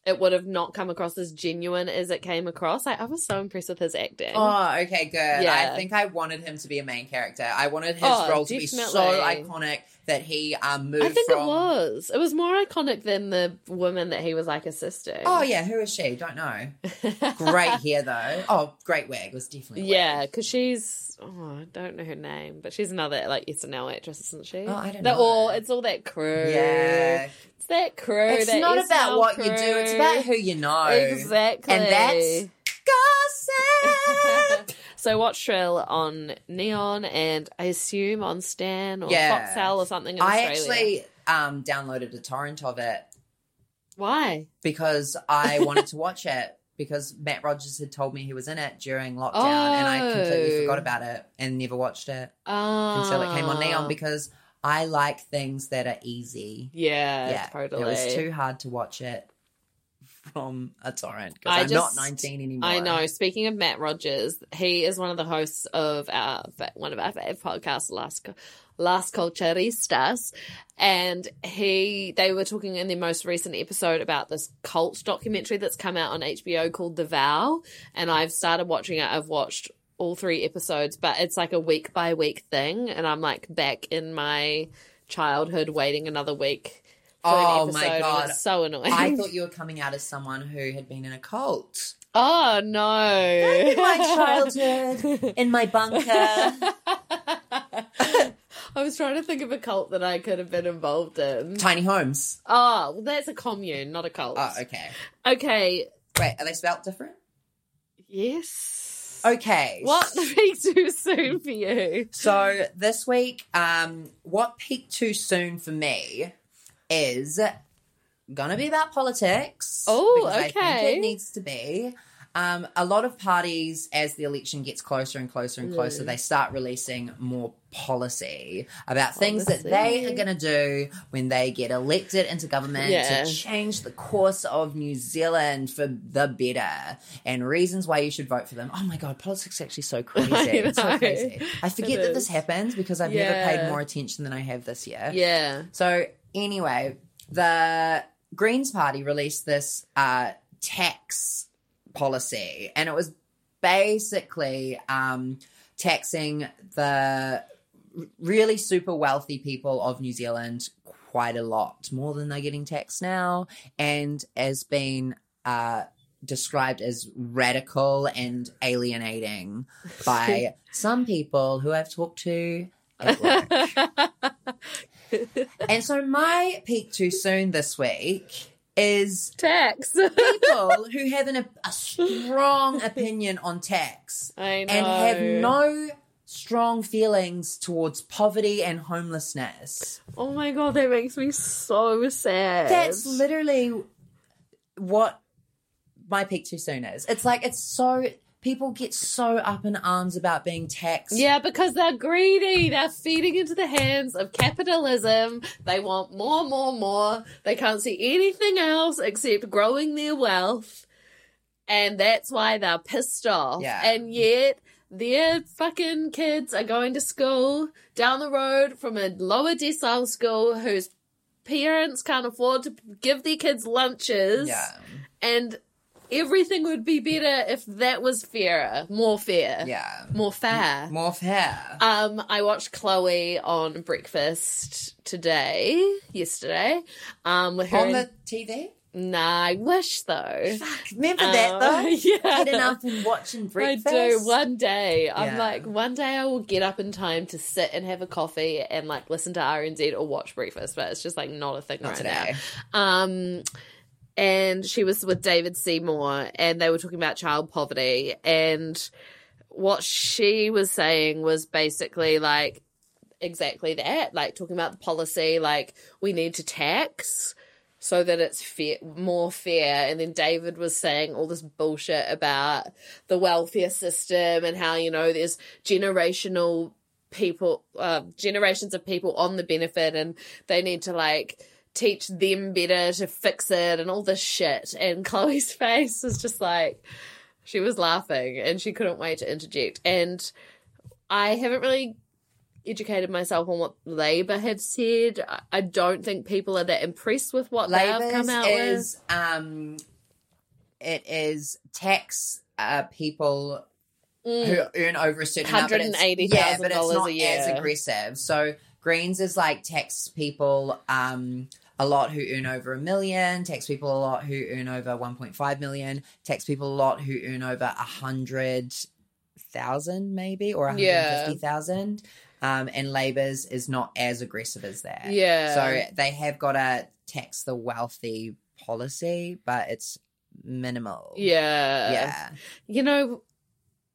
S2: it would have not come across as genuine as it came across. Like, I was so impressed with his acting.
S3: Oh, okay, good.
S2: Yeah.
S3: I think I wanted him to be a main character. I wanted his
S2: Oh,
S3: role to be so
S2: definitely.
S3: iconic that he um moved
S2: I think
S3: from.
S2: it was. It was more iconic than the woman that he was like assisting.
S3: Oh yeah, who is she? Don't know.
S2: (laughs)
S3: Great hair though. Oh, great wig It was definitely. a wig.
S2: Yeah, because she's oh, I don't know her name, but she's another like SNL actress, isn't she?
S3: Oh, I don't
S2: They're
S3: know.
S2: all it's all that crew.
S3: Yeah.
S2: it's that crew.
S3: It's
S2: that
S3: not
S2: SNL
S3: about what you do, it's
S2: crew.
S3: about who you know.
S2: exactly.
S3: And that's gossip.
S2: (laughs) so watch Shrill on Neon and I assume on Stan or
S3: Yeah.
S2: Foxtel or something in
S3: I
S2: Australia.
S3: actually um, downloaded a torrent of it
S2: Why?
S3: because I wanted to watch it because Matt Rogers had told me he was in it during lockdown and I completely
S2: Oh.
S3: forgot about it and never watched it
S2: Oh.
S3: until it came on Neon because I like things that are easy.
S2: yeah,
S3: yeah,
S2: totally.
S3: it was too hard to watch it from a torrent because
S2: I
S3: I'm
S2: just-
S3: not 19 anymore.
S2: I know. Speaking of Matt Rogers, he is one of the hosts of our fa- one of our favorite podcasts, Las Las Culturistas, and he they were talking in their most recent episode about this cult documentary that's come out on HBO called The Vow, and I've started watching it. I've watched all three episodes, but it's like a week by week thing, and I'm like back in my childhood waiting another week. For
S3: Oh,
S2: an
S3: my
S2: episode, and
S3: God.
S2: It's so annoying. (laughs)
S3: I thought you were coming out as someone who had been in a cult.
S2: oh no!
S3: In my
S2: (laughs)
S3: childhood, in my bunker.
S2: I was trying to think of a cult that I could have been involved in.
S3: Tiny homes.
S2: Oh, well, that's a commune, not a cult.
S3: Oh, okay.
S2: okay.
S3: Wait, are they spelt different? Oh,
S2: Yes.
S3: Okay.
S2: What (laughs) speaks too soon for you?
S3: So this week, um, what peaked too soon for me is gonna be about politics.
S2: Oh,
S3: because I think
S2: okay.
S3: it needs to be. Um, a lot of parties, as the election gets closer and closer and closer,
S2: Mm.
S3: they start releasing more policy about things that they are
S2: Policy.
S3: going to do when they get elected into government
S2: Yeah.
S3: to change the course of New Zealand for the better and reasons why you should vote for them. Oh my God, politics is actually
S2: (laughs)
S3: so crazy. It's so
S2: know.
S3: crazy. I forget
S2: It
S3: that this
S2: is.
S3: happens because I've never
S2: Yeah.
S3: paid more attention than I have this year.
S2: Yeah.
S3: So anyway, the Greens Party released this uh, tax policy, and it was basically um, taxing the really super wealthy people of New Zealand quite a lot, more than they're getting taxed now, and has been uh, described as radical and alienating by some people who I've talked to at work.
S2: (laughs)
S3: And so my peak too soon this week is
S2: Tax.
S3: people who have an, a strong opinion on tax
S2: I know.
S3: and have no strong feelings towards poverty and homelessness.
S2: Oh my god, that makes me so sad.
S3: That's literally what my peak too soon is. It's like it's so people get so up in arms about being taxed.
S2: Yeah, because they're greedy. They're feeding into the hands of capitalism. They want more, more, more. They can't see anything else except growing their wealth. and that's why they're pissed off.
S3: Yeah.
S2: And yet their fucking kids are going to school down the road from a lower decile school whose parents can't afford to give their kids lunches.
S3: Yeah.
S2: And everything would be better if that was fairer, more fair,
S3: Yeah.
S2: more fair.
S3: More fair.
S2: Um, I watched Chloe on Breakfast today, yesterday. Um, with her
S3: On
S2: and-
S3: the TV?
S2: Nah, I wish though.
S3: Remember
S2: Um,
S3: that though?
S2: (laughs) yeah.
S3: Getting up and watching breakfast.
S2: I do. One day, I'm
S3: Yeah.
S2: like, one day I will get up in time to sit and have a coffee and like listen to RNZ or watch breakfast, but it's just like not a thing right
S3: today.
S2: now. Um, and she was with David Seymour, and they were talking about child poverty, and what she was saying was basically like exactly that, like talking about the policy, like we need to tax so that it's fair, more fair. And then David was saying all this bullshit about the welfare system and how, you know, there's generational people, uh, generations of people on the benefit and they need to like teach them better to fix it and all this shit. And (laughs) Chloe's face was just like, she was laughing and she couldn't wait to interject. And I haven't really educated myself on what Labour have said. I- I don't think people are that impressed with what they've
S3: Labour's
S2: come out
S3: is um, it is tax uh, people
S2: with. Mm.
S3: who earn over a certain amount, but it's- yeah, but it's
S2: $180,000
S3: not
S2: a
S3: as
S2: year.
S3: aggressive. So Greens is like tax people um, a lot who earn over a million, tax people a lot who earn over one point five million, tax people a lot who earn over a hundred thousand maybe or a hundred
S2: Yeah.
S3: and fifty thousand. Um, and Labour's is not as aggressive as that.
S2: Yeah.
S3: So they have got a tax the wealthy policy, but it's minimal.
S2: Yeah.
S3: Yeah.
S2: You know,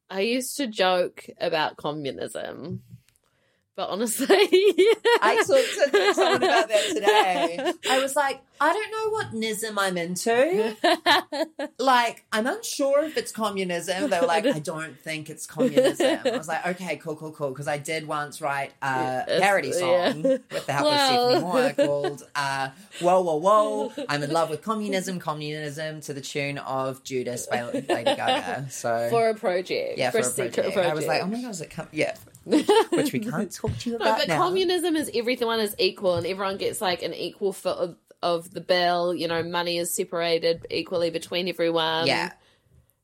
S2: I used to joke about communism, but honestly,
S3: I (laughs) talked to someone about that today. I was like, I don't know what nism I'm into. Like, I'm unsure if it's communism. They were like, I don't think it's communism. I was like, okay, cool, cool, cool. Because I did once write a
S2: Yeah,
S3: parody
S2: it's-
S3: song
S2: yeah.
S3: with the help
S2: Wow.
S3: of Stephanie Moore called uh, Whoa, Whoa, Whoa. I'm in love with
S2: (laughs)
S3: communism, communism to the tune of Judas by Lady Gaga. So.
S2: (laughs) for a project.
S3: yeah, for, a
S2: secret
S3: project. I was like, oh my god, is it com-? yeah,
S2: (laughs)
S3: which we can't talk to you
S2: No,
S3: about
S2: but
S3: now.
S2: communism is everyone is equal and everyone gets like an equal foot of, of the bill. You know, money is separated equally between everyone.
S3: yeah,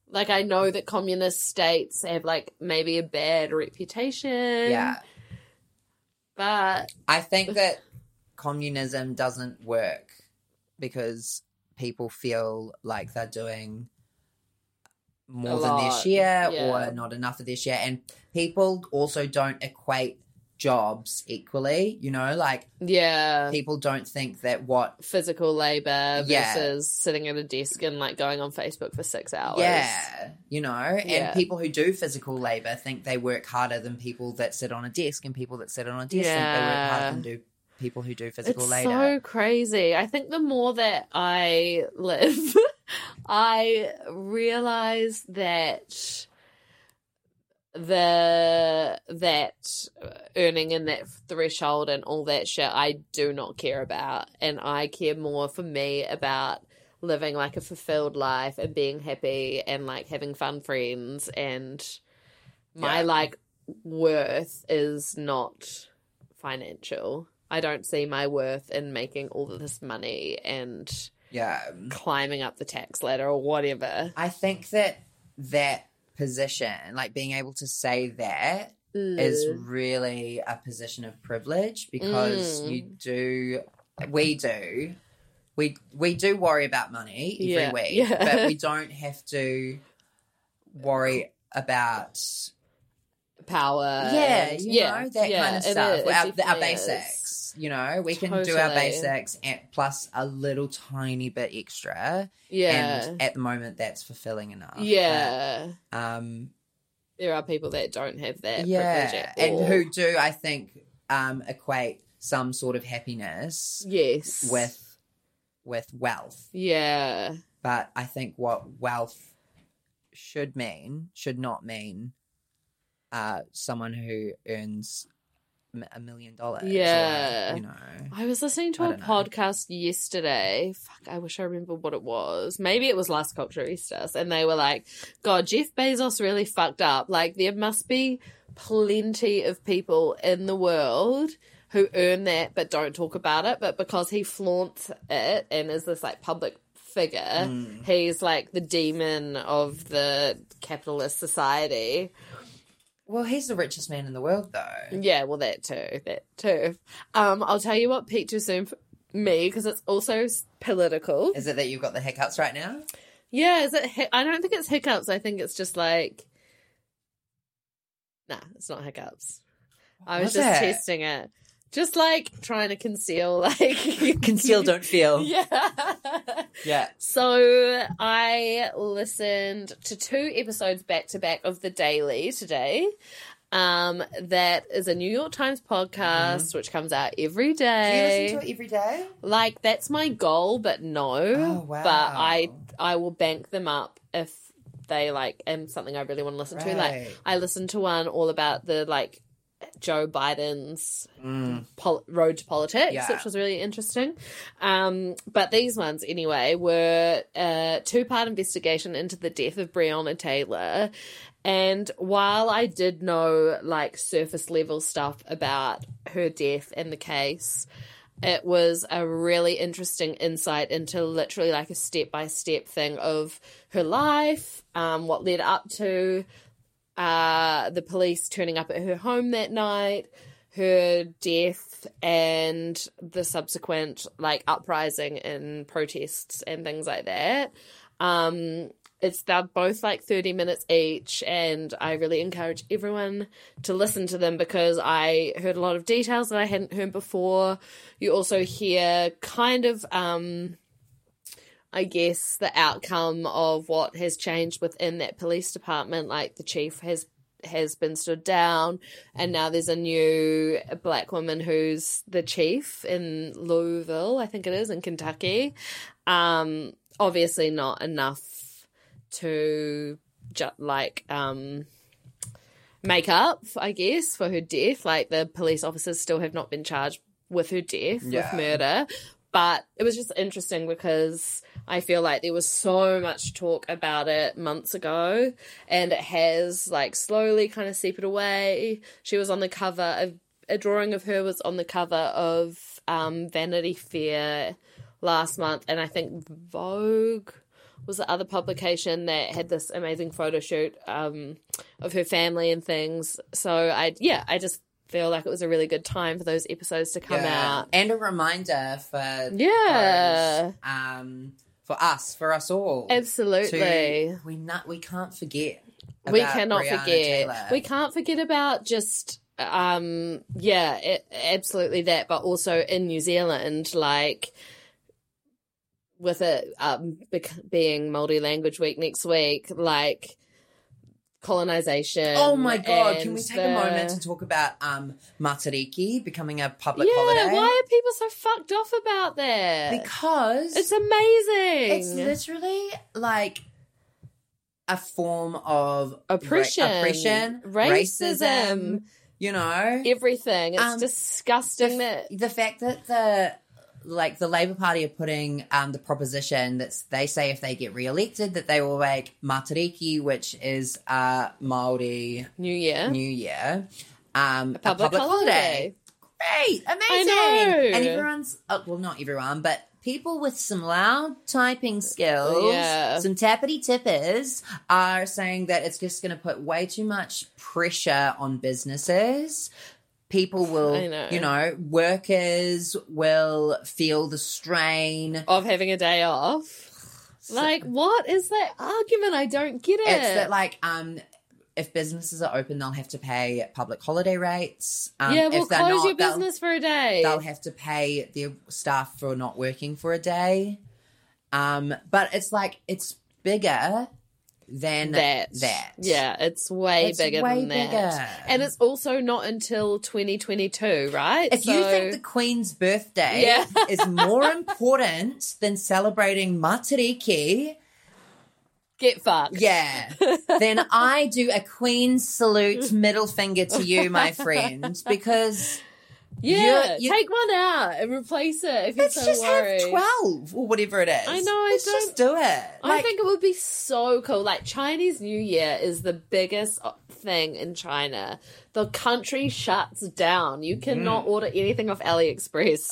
S2: Like, I know that communist states have like maybe a bad reputation.
S3: yeah.
S2: But
S3: I think that communism doesn't work because people feel like they're doing more than
S2: A
S3: their
S2: lot,
S3: share
S2: yeah.
S3: or not enough of their share. And people also don't equate jobs equally, you know, like
S2: yeah,
S3: people don't think that what
S2: physical labor
S3: Yeah.
S2: versus sitting at a desk and like going on Facebook for six hours.
S3: Yeah, you know, and
S2: Yeah.
S3: people who do physical labor think they work harder than people that sit on a desk, and people that sit on a desk think they work
S2: Yeah.
S3: harder than do people who do physical
S2: It's
S3: labor.
S2: so crazy. I think the more that I live, (laughs) I realize that the that earning and that threshold and all that shit I do not care about and I care more for me about living like a fulfilled life and being happy and like having fun friends and my
S3: Yeah.
S2: like worth is not financial. I don't see my worth in making all of this money and
S3: yeah,
S2: climbing up the tax ladder or whatever.
S3: I think that that position, like being able to say that, is really a position of privilege because
S2: Mm.
S3: you do, we do, we we do worry about money every
S2: Yeah,
S3: week,
S2: yeah.
S3: but
S2: (laughs)
S3: we don't have to worry about
S2: power.
S3: yeah,
S2: and-
S3: you know that kind of
S2: it
S3: stuff.
S2: is, it
S3: our, our
S2: definitely is.
S3: basics, you know, we can do our
S2: Totally.
S3: basics and plus a little tiny bit extra.
S2: Yeah.
S3: And at the moment, that's fulfilling enough.
S2: yeah.
S3: But, um,
S2: there are people that don't have that privilege
S3: yeah,
S2: at
S3: and
S2: all.
S3: who do I think um, equate some sort of happiness
S2: yes
S3: with with wealth?
S2: yeah
S3: But I think what wealth should mean should not mean uh, someone who earns m- a million dollars. or,
S2: Yeah.
S3: you know.
S2: I was listening to
S3: I
S2: a
S3: don't know.
S2: podcast yesterday. Fuck, I wish I remember what it was. Maybe it was Last Culture Easters, and they were like, "God, Jeff Bezos really fucked up. Like, there must be plenty of people in the world." Who earn that but don't talk about it, but because he flaunts it and is this like public figure,
S3: Hmm.
S2: he's like the demon of the capitalist society.
S3: Well, he's the richest man in the world, though.
S2: Yeah, well, that too. That too. Um, I'll tell you what peaked too soon for me because it's also s- political.
S3: Is it that you've got the hiccups right now?
S2: yeah, is it? Hic- I don't think it's hiccups. I think it's just like, nah, it's not hiccups. I was
S3: was
S2: just
S3: it?
S2: testing it, just like trying to conceal, (laughs) like
S3: Conceal,
S2: (laughs)
S3: don't feel.
S2: yeah.
S3: (laughs) Yeah.
S2: So I listened to two episodes back to back of The Daily today. Um, that is a New York Times podcast which comes out every
S3: Mm-hmm. Do you
S2: day.
S3: listen to it every day?
S2: like that's my goal, but no.
S3: Oh,
S2: But I
S3: wow.
S2: I will bank them up if they like am something I really want to listen to. Like
S3: Right.
S2: I listened to one all about the like Joe Biden's
S3: Mm.
S2: pol- road to politics,
S3: Yeah.
S2: which was really interesting. Um, but these ones, anyway, were a two part investigation into the death of Breonna Taylor. And while I did know like surface level stuff about her death and the case, it was a really interesting insight into literally like a step by step thing of her life, um, what led up to uh, the police turning up at her home that night, her death, and the subsequent like uprising and protests and things like that. Um, it's they're both like thirty minutes each, and I really encourage everyone to listen to them because I heard a lot of details that I hadn't heard before. You also hear kind of um, I guess, the outcome of what has changed within that police department. Like the chief has has been stood down, and now there's a new black woman who's the chief in Louisville, I think it is, in Kentucky. Um, obviously, not enough to ju- like um make up, I guess, for her death. Like the police officers still have not been charged with her death,
S3: Yeah.
S2: with murder. But it was just interesting because I feel like there was so much talk about it months ago and it has like slowly kind of seeped away. She was on the cover of a drawing of her was on the cover of um, Vanity Fair last month, and I think Vogue was the other publication that had this amazing photo shoot um, of her family and things. So I, yeah, I just feel like it was a really good time for those episodes to come
S3: Yeah.
S2: out.
S3: And a reminder for
S2: Yeah.
S3: those, um, for us, for us all.
S2: Absolutely.
S3: To, we not we can't forget.
S2: we
S3: about
S2: cannot
S3: Breonna
S2: forget.
S3: Taylor.
S2: We can't forget about just um yeah, it, absolutely that, but also in New Zealand, like with it um bec- being multi language week next week, like colonization.
S3: Oh my god! Can
S2: and
S3: we take
S2: the-
S3: a moment to talk about um, Matariki becoming a public
S2: yeah,
S3: holiday?
S2: why are people so fucked off about that?
S3: Because
S2: it's amazing.
S3: It's literally like a form of ra-
S2: Oppression,
S3: oppression,
S2: racism.
S3: racism. You know,
S2: everything. It's
S3: Um,
S2: disgusting that
S3: the fact that the like the Labour Party are putting um, the proposition that s- they say if they get re-elected that they will make Matariki, which is uh, Maori
S2: New Year.
S3: New Year, um, a
S2: public, holiday.
S3: Great, amazing.
S2: know.
S3: And everyone's oh, well, not everyone, but people with some loud typing skills,
S2: Uh, Yeah.
S3: some tappity tippers, are saying that it's just going to put way too much pressure on businesses. People will,
S2: I know.
S3: you know, workers will feel the strain.
S2: of having a day off.
S3: (sighs)
S2: Like, what is that argument? I don't get it.
S3: It's that like um. If businesses are open, they'll have to pay public holiday rates. Um,
S2: yeah,
S3: if
S2: we'll
S3: they're
S2: close your
S3: not, they'll-
S2: business for a day.
S3: they'll have to pay their staff for not working for a day. Um, but it's like it's bigger than
S2: that.
S3: that.
S2: Yeah, it's way
S3: It's
S2: bigger
S3: way
S2: than that.
S3: bigger.
S2: And it's also not until 2022, right?
S3: If you think the Queen's birthday
S2: Yeah.
S3: (laughs) is more important than celebrating Matariki,
S2: get fucked.
S3: yeah,
S2: (laughs)
S3: then I do a Queen's salute middle finger to you, my friend, because
S2: (laughs) Yeah,
S3: You're- you-
S2: take one out and replace it if you're
S3: Let's
S2: so
S3: just
S2: worried.
S3: have 12 or whatever it is.
S2: I know, I
S3: Let's just do it.
S2: I
S3: Like,
S2: think it would be so cool. Like Chinese New Year is the biggest uh, thing in China. The country shuts down. You cannot order anything off AliExpress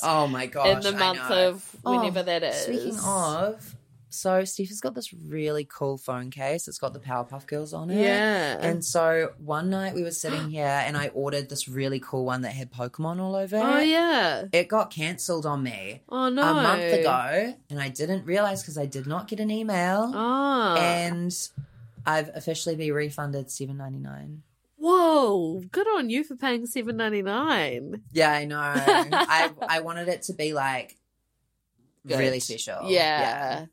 S3: Mm. oh my gosh.
S2: in the
S3: I
S2: month
S3: know.
S2: of whenever
S3: Oh,
S2: that is.
S3: Speaking of, so Steph has got this really cool phone case. It's got the Powerpuff Girls on it.
S2: Yeah.
S3: And so one night we were sitting here and I ordered this really cool one that had Pokemon all over
S2: oh
S3: it.
S2: yeah.
S3: It got cancelled on me
S2: Oh no.
S3: a month ago and I didn't realize because I did not get an email.
S2: Ah.
S3: And I've officially been refunded seven ninety nine.
S2: Whoa. Good on you for paying seven ninety nine.
S3: Yeah, I know.
S2: (laughs)
S3: I I wanted it to be like
S2: Good.
S3: really special.
S2: Yeah.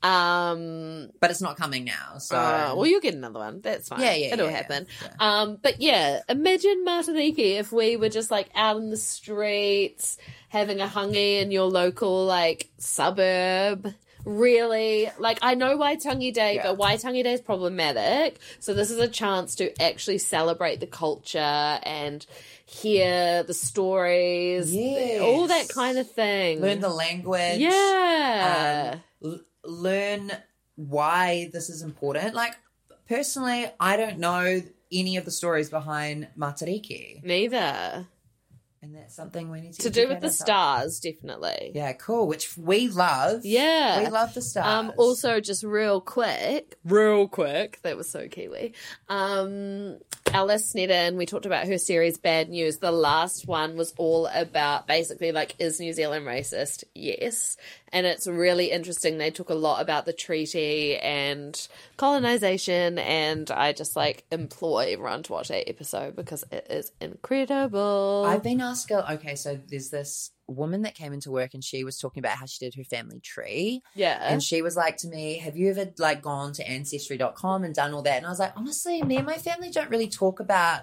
S2: Um
S3: But it's not coming now. So
S2: uh, well you'll get another one. That's fine.
S3: Yeah, yeah,
S2: It'll
S3: yeah,
S2: happen.
S3: yeah.
S2: Um but yeah, imagine Martinique if we were just like out in the streets having a hungy in your local like suburb. Really, like I know Waitangi Day,
S3: Yeah.
S2: but Waitangi Day is problematic. So this is a chance to actually celebrate the culture and hear the stories,
S3: Yes.
S2: all that kind of thing.
S3: learn the language. Um,
S2: Mm. Yeah.
S3: l- learn why this is important. Like personally, I don't know any of the stories behind Matariki,
S2: Neither.
S3: and that's something we need to
S2: To do with
S3: educate
S2: the
S3: ourselves.
S2: stars, definitely.
S3: Yeah, cool. Which we love.
S2: Yeah.
S3: we love the stars.
S2: Um, also, just real quick, real quick, that was so Kiwi. Um, Alice Sneddon, we talked about her series Bad News. The last one was all about basically like, is New Zealand racist? Yes. And it's really interesting. They talk a lot about the treaty and colonization. And I just like implore everyone to watch that episode because it is incredible.
S3: I've been asked. Okay, so there's this woman that came into work, and she was talking about how she did her family tree,
S2: yeah.
S3: and she was like to me, "Have you ever like gone to ancestry.com and done all that?" And I was like, "Honestly, me and my family don't really talk about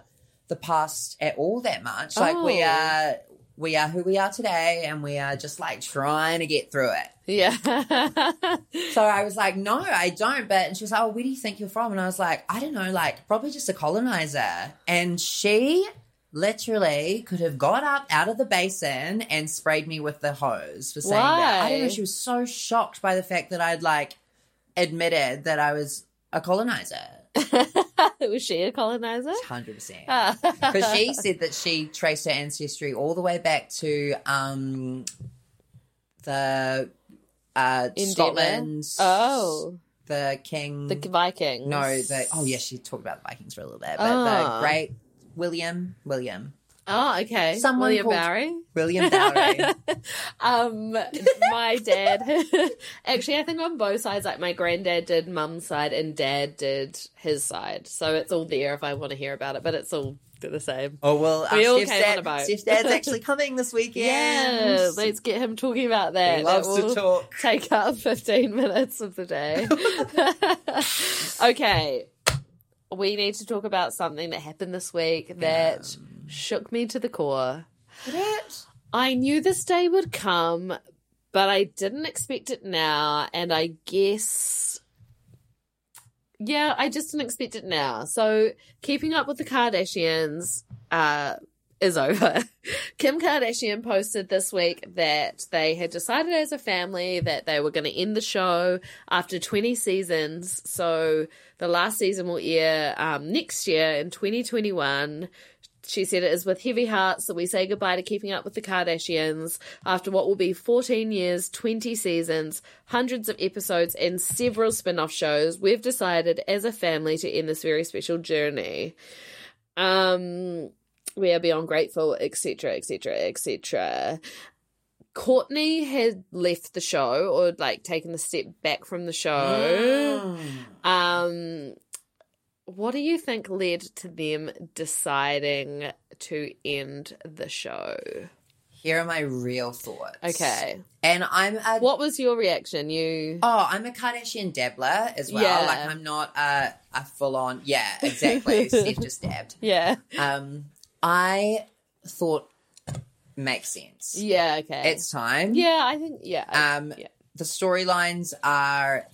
S3: the past at all that much. Like we
S2: Oh.
S3: are." We are who we are today, and we are just like trying to get through it.
S2: (laughs) yeah.
S3: So I was like, "No, I don't." But and she was like, "Oh, where do you think you're from?" And I was like, "I don't know, like probably just a colonizer." And she literally could have got up out of the basin and sprayed me with the hose for saying that. I don't know.
S2: Why?
S3: She was so shocked by the fact that I'd like admitted that I was a colonizer,
S2: (laughs) was she a colonizer?
S3: hundred percent.
S2: Ah.
S3: Because
S2: Because (laughs)
S3: she said that she traced her ancestry all the way back to um, the uh,
S2: Endeavour?
S3: Scotland.
S2: Oh,
S3: the king.
S2: the Vikings.
S3: Mm. no, the oh yeah, she talked about the Vikings for a little bit, but the
S2: Ah.
S3: great William, William,
S2: Oh, okay.
S3: Someone
S2: William
S3: called-
S2: Barry.
S3: William Bowery.
S2: (laughs)
S3: (laughs)
S2: um, my dad. (laughs) actually, I think on both sides, like my granddad did mum's side and dad did his side. So it's all there if I want to hear about it, but it's all the same.
S3: oh well,
S2: We all
S3: uh, Steph's,
S2: came on
S3: dad,
S2: a boat.
S3: Steph's
S2: (laughs)
S3: dad's actually coming this weekend.
S2: Yeah, let's get him talking about that.
S3: he loves
S2: That
S3: to
S2: will-
S3: talk.
S2: take up (laughs) 15 minutes of
S3: (laughs)
S2: the day. (laughs) okay. We need to talk about something that happened this week that
S3: Um,
S2: shook me to the core. I knew this day would come, but I didn't expect it now. And I guess, yeah, I just didn't expect it now. So, keeping up with the Kardashians uh, is (laughs) over. Kim Kardashian posted this week that they had decided as a family that they were going to end the show after 20 seasons. So, the last season will air um, next year in 2021. She said it is with heavy hearts that we say goodbye to keeping up with the Kardashians after what will be 14 years, 20 seasons, hundreds of episodes, and several spin off shows. We've decided as a family to end this very special journey. Um, we are beyond grateful, etc., etc., etc. Courtney had left the show or like taken the step back from
S3: (gasps)
S2: the show.
S3: Mm.
S2: Um, what do you think led to them deciding to end the show?
S3: Here are my real thoughts.
S2: Okay,
S3: and I'm a
S2: what was your reaction? You
S3: Oh, I'm a Kardashian dabbler as well.
S2: Yeah.
S3: Like I'm not a, a full on. Yeah,
S2: (laughs)
S3: exactly. Steph just dabbed.
S2: yeah
S3: Um, I thought makes sense.
S2: yeah okay
S3: It's time.
S2: yeah I think yeah I-
S3: Um,
S2: yeah.
S3: the storylines are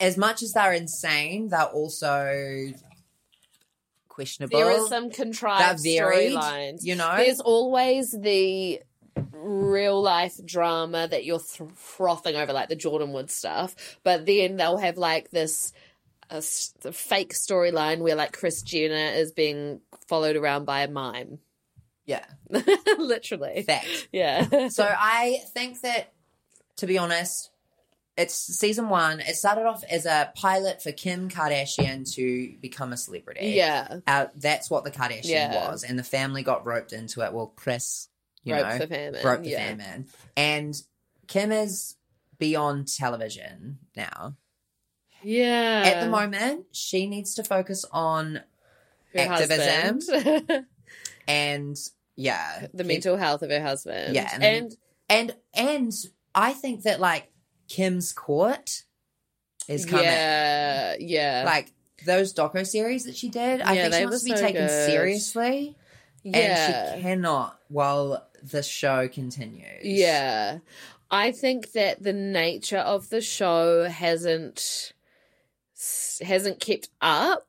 S3: as much as they're insane. They're also questionable.
S2: There are some contrived
S3: They're varied,
S2: storylines.
S3: you know?
S2: There's always the real life drama that you're th- frothing over, like the Jordan Wood stuff. But then they'll have like this a s- a fake storyline where like Chris Jenner is being followed around by a mime, (laughs)
S3: yeah,
S2: literally.
S3: fact.
S2: Yeah. (laughs)
S3: So I think that, to be honest, it's season one. It started off as a pilot for Kim Kardashian to become a celebrity.
S2: yeah.
S3: Uh, that's what the Kardashian
S2: Yeah.
S3: was, and the family got roped into it. Well, Chris, you
S2: Rope
S3: know,
S2: the famine.
S3: broke the
S2: yeah.
S3: famine, and Kim is beyond television now.
S2: Yeah.
S3: At the moment, she needs to focus on
S2: Her
S3: activism.
S2: husband. (laughs)
S3: and yeah,
S2: the
S3: keep-
S2: mental health of her husband.
S3: Yeah, and-
S2: And, and
S3: and and I think that like Kim's Court is coming.
S2: yeah, yeah.
S3: Like those doco series that she did, I
S2: Yeah,
S3: think she
S2: they
S3: wants to
S2: were
S3: be
S2: so
S3: taken
S2: good.
S3: seriously,
S2: yeah.
S3: and she cannot while the show continues.
S2: Yeah. I think that the nature of the show hasn't hasn't kept up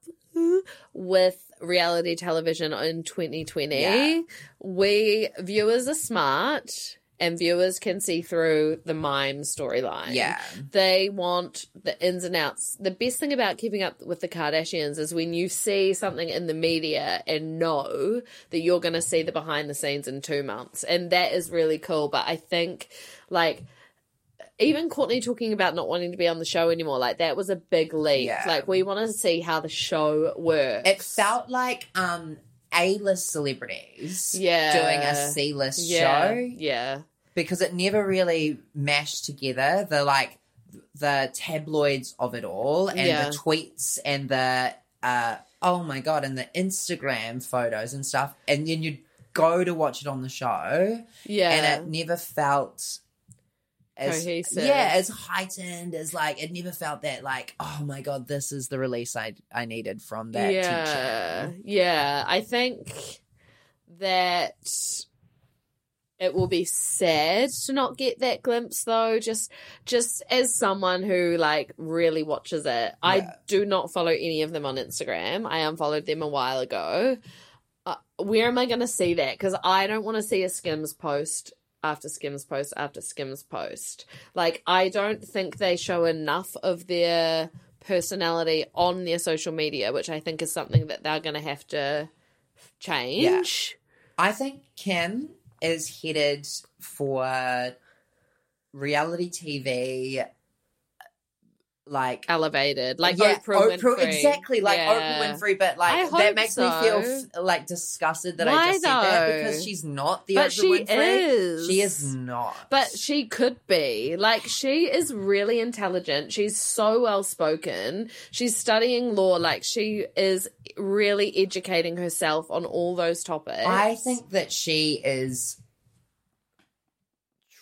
S2: with reality television in 2020.
S3: Yeah.
S2: We viewers are smart and viewers can see through the mime storyline.
S3: yeah,
S2: They want the ins and outs. The best thing about keeping up with the Kardashians is when you see something in the media and know that you're going to see the behind the scenes in two months. And that is really cool. But I think, like, even Courtney talking about not wanting to be on the show anymore, like, that was a big leap.
S3: Yeah.
S2: Like, we want to see how the show works.
S3: it felt like um A list celebrities,
S2: Yeah.
S3: doing a C list
S2: yeah,
S3: show
S2: Yeah.
S3: because it never really mashed together the like the tabloids of it all and
S2: Yeah.
S3: the tweets and the uh oh my god and the Instagram photos and stuff and then you'd go to watch it on the show
S2: Yeah.
S3: and it never felt as
S2: Cohesive.
S3: yeah as heightened as like it never felt that like oh my god this is the release I I needed from that
S2: yeah,
S3: teacher
S2: Yeah, I think that it will be sad to not get that glimpse though just just as someone who like really watches it i
S3: Yeah.
S2: do not follow any of them on instagram i unfollowed them a while ago uh, where am i going to see that because i don't want to see a skims post after skims post after skims post like i don't think they show enough of their personality on their social media which i think is something that they're going to have to change
S3: I think Kim is headed for reality TV, like
S2: elevated Uh, like
S3: Yeah,
S2: oprah, winfrey
S3: exactly like
S2: Yeah.
S3: Oprah Winfrey, but like
S2: I hope
S3: that makes
S2: so.
S3: me feel f- like disgusted that
S2: Why
S3: I just said that
S2: though?
S3: because she's not the
S2: But
S3: Oprah
S2: she
S3: Winfrey.
S2: is.
S3: She is not.
S2: But she could be. Like, she is really intelligent. She's so well spoken. She's studying law. Like, she is really educating herself on all those topics.
S3: I think that she is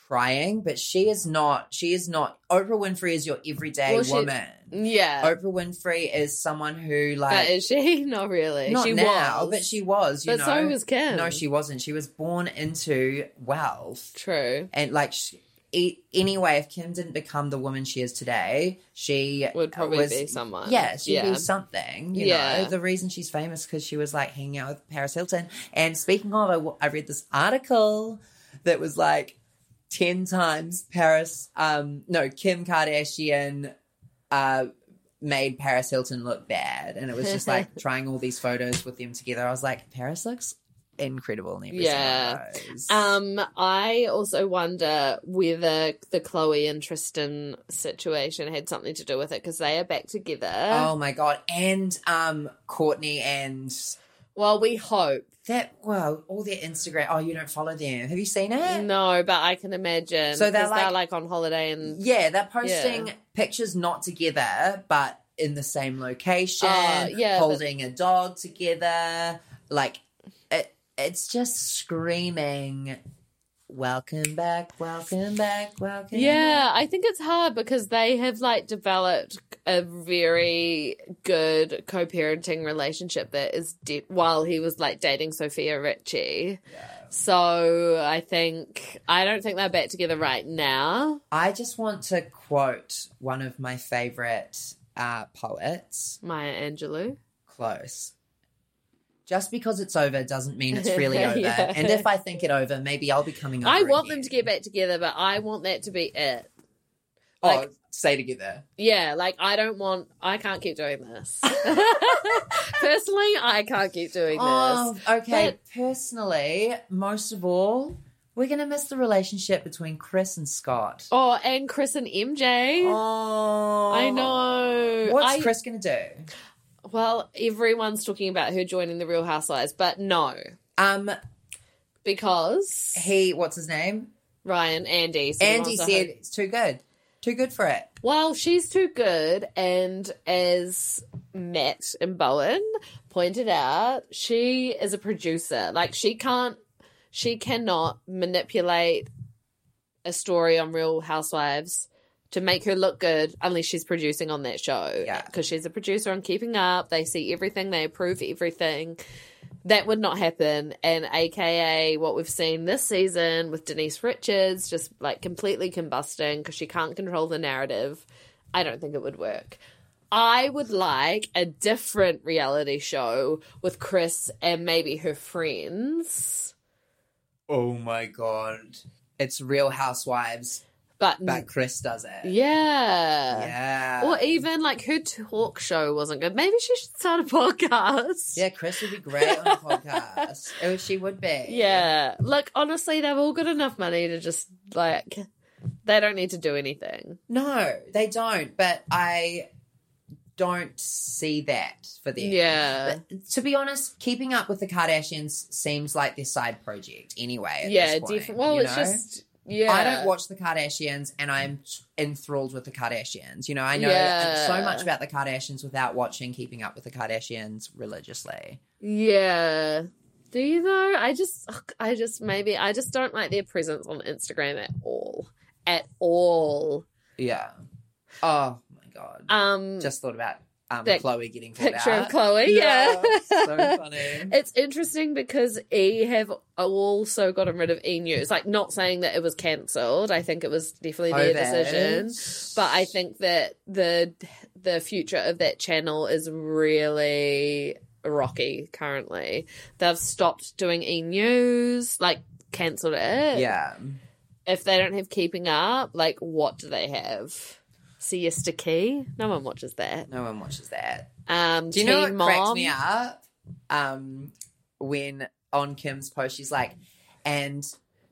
S3: trying, but she is not. She is not. Oprah Winfrey is your everyday
S2: Well, she-
S3: woman.
S2: Yeah.
S3: Oprah Winfrey is someone who like
S2: But is she? (laughs) Not really.
S3: Not
S2: she
S3: now,
S2: was.
S3: but she was. You
S2: But
S3: know,
S2: so was Kim.
S3: No, she wasn't. She was born into wealth,
S2: True.
S3: and like, she, e- anyway, if Kim didn't become the woman she is today, she
S2: Would probably
S3: was-
S2: be someone.
S3: Yeah, she'd
S2: yeah.
S3: be something. You
S2: Yeah.
S3: know, the reason she's famous because she was like hanging out with Paris Hilton. And speaking of, I, w- I read this article that was like ten times Paris. Um, no, Kim Kardashian. Uh, made Paris Hilton look bad. And it was just
S2: (laughs)
S3: like trying all these photos with them together. I was like, Paris looks incredible in every
S2: Yeah.
S3: yeah.
S2: Um, I also wonder whether the Chloe and Tristan situation had something to do with it because they are back together.
S3: oh my god. And um Courtney and
S2: Well, we hope.
S3: that wow, all their Instagram oh you don't follow them. Have you seen it?
S2: No, but I can imagine.
S3: So they're
S2: 'cause
S3: like-
S2: on holiday and
S3: Yeah, they're posting
S2: Mm. Yeah.
S3: pictures not together but in the same location,
S2: Oh, yeah, but-
S3: holding a dog together. Like it it's just screaming Welcome back, welcome back, welcome back.
S2: yeah, I think it's hard because they have like developed a very good co-parenting relationship that is de- while he was like dating Sophia Richie. So I think I don't think they're back together right now.
S3: I just want to quote one of my favorite uh, poets,
S2: Maya Angelou.
S3: close. Just because it's over doesn't mean it's
S2: (laughs)
S3: really over.
S2: Yeah.
S3: And if I think it over, maybe I'll be coming over.
S2: I want
S3: again.
S2: them to get back together, but I want that to be it.
S3: oh,
S2: like-
S3: stay together.
S2: Yeah, like I don't want. I can't keep doing
S3: (laughs)
S2: this. Personally, I can't keep doing this.
S3: Oh, okay.
S2: But-
S3: Personally, most of all, we're gonna miss the relationship between Chris and Scott.
S2: Oh, and Chris and MJ.
S3: Oh,
S2: I know.
S3: What's
S2: I-
S3: Chris gonna do?
S2: Well, everyone's talking about her joining the Real Housewives, but no,
S3: Um,
S2: because
S3: he, what's his name?
S2: Ryan Andy. said he
S3: Andy
S2: wants to
S3: said it's too good, too good for it.
S2: Well, she's too good, and as Matt and Bowen pointed out, she is a producer. Like she can't, she cannot manipulate a story on Real Housewives to make her look good unless she's producing on that show.
S3: Yeah.
S2: because she's a producer on Keeping Up. They see everything, they approve everything. That would not happen. And AKA what we've seen this season with Denise Richards just like completely combusting because she can't control the narrative. I don't think it would work. I would like a different reality show with Chris and maybe her friends,
S3: Oh my god, it's Real Housewives,
S2: but
S3: but Chris does it.
S2: yeah.
S3: Yeah,
S2: Or even like her talk show wasn't good. Maybe she should start a podcast.
S3: yeah, Chris would be great (laughs) on a podcast. Oh, she would be.
S2: Yeah. Look, honestly, they've all got enough money to just like they don't need to do anything.
S3: No, they don't. But I don't see that for them.
S2: Yeah.
S3: But to be honest, keeping up with the Kardashians seems like their side project anyway. At
S2: yeah,
S3: this point,
S2: different. Well,
S3: you
S2: it's
S3: know?
S2: just yeah.
S3: I don't watch the Kardashians, and I'm enthralled with the Kardashians. You know, I know
S2: Yeah.
S3: so much about the Kardashians without watching Keeping Up with the Kardashians religiously.
S2: Yeah. Do you though? I just ugh, I just maybe I just don't like their presence on Instagram at all. At all.
S3: Yeah. Oh my god!
S2: Um
S3: Just thought about um,
S2: that
S3: Chloe getting called
S2: picture
S3: out.
S2: of Chloe, yeah.
S3: so
S2: (laughs)
S3: funny.
S2: It's interesting because E have also gotten rid of E News. Like, not saying that it was cancelled. I think it was definitely their
S3: Over.
S2: decision. But I think that the the future of that channel is really rocky currently. They've stopped doing E News, like cancelled it.
S3: Yeah.
S2: If they don't have Keeping Up, like, what do they have? Siesta Key. No one watches that.
S3: No one watches that.
S2: Um,
S3: Do you know what
S2: Teen
S3: cracks
S2: Mom.
S3: me up? Um, when on Kim's post, she's like, "And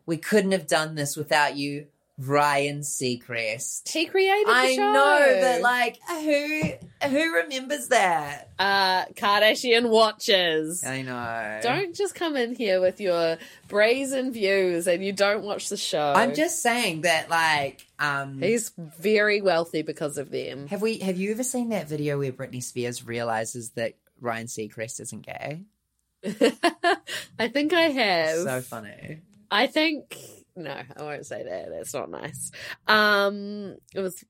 S3: we couldn't have done this without you, Ryan Seacrest."
S2: He created the
S3: I
S2: show.
S3: know, but like, who who remembers that?
S2: uh, Kardashian watches.
S3: I know.
S2: Don't just come in here with your brazen views and you don't watch the show.
S3: I'm just saying that, like, um,
S2: He's very wealthy because of them.
S3: have we have you ever seen that video where Britney Spears realizes that Ryan Seacrest isn't gay?
S2: (laughs) I think I have.
S3: So funny.
S2: I think no, I won't say that. That's not nice. Um, it was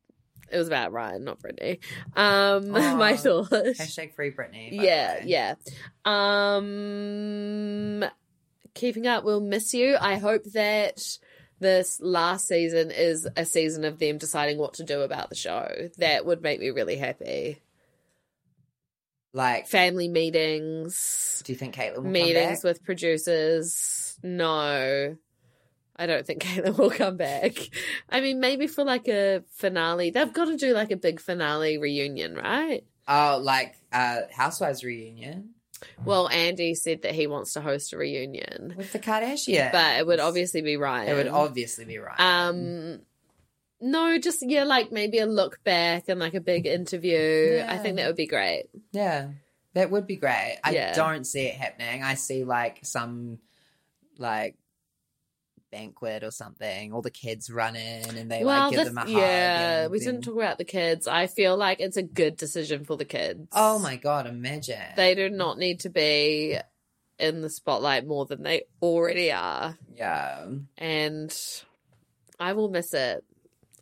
S2: it was about Ryan, not Brittany. Um, (laughs)
S3: Aw.
S2: my thought.
S3: Hashtag free Britney. by the
S2: yeah,
S3: way.
S2: yeah. Um, keeping up, we'll miss you. I hope that this last season is a season of them deciding what to do about the show. That would make me really happy.
S3: Like,
S2: Family meetings,
S3: do you think Caitlyn will come
S2: meetings
S3: back?
S2: with producers. No, I don't think (laughs) Caitlin will come back. I mean, maybe for like a finale. They've got to do like a big finale reunion, right?
S3: Oh, like uh, Housewives reunion
S2: Well, Andy said that he wants to host a reunion.
S3: with the Kardashians.
S2: but it would obviously be Ryan.
S3: it would obviously be right.
S2: Um, no, just yeah, like maybe a look back and like a big interview. I
S3: Yeah.
S2: think that would be great.
S3: Yeah, that would be great. I
S2: Yeah.
S3: don't see it happening. I see like some like banquet or something. All the kids run in and they
S2: well,
S3: like give
S2: that's-
S3: them a hug.
S2: yeah,
S3: and
S2: we
S3: then-
S2: didn't talk about the kids. I feel like it's a good decision for the kids.
S3: Oh my god! Imagine
S2: they do not need to be in the spotlight more than they already are,
S3: Yeah,
S2: and I will miss it.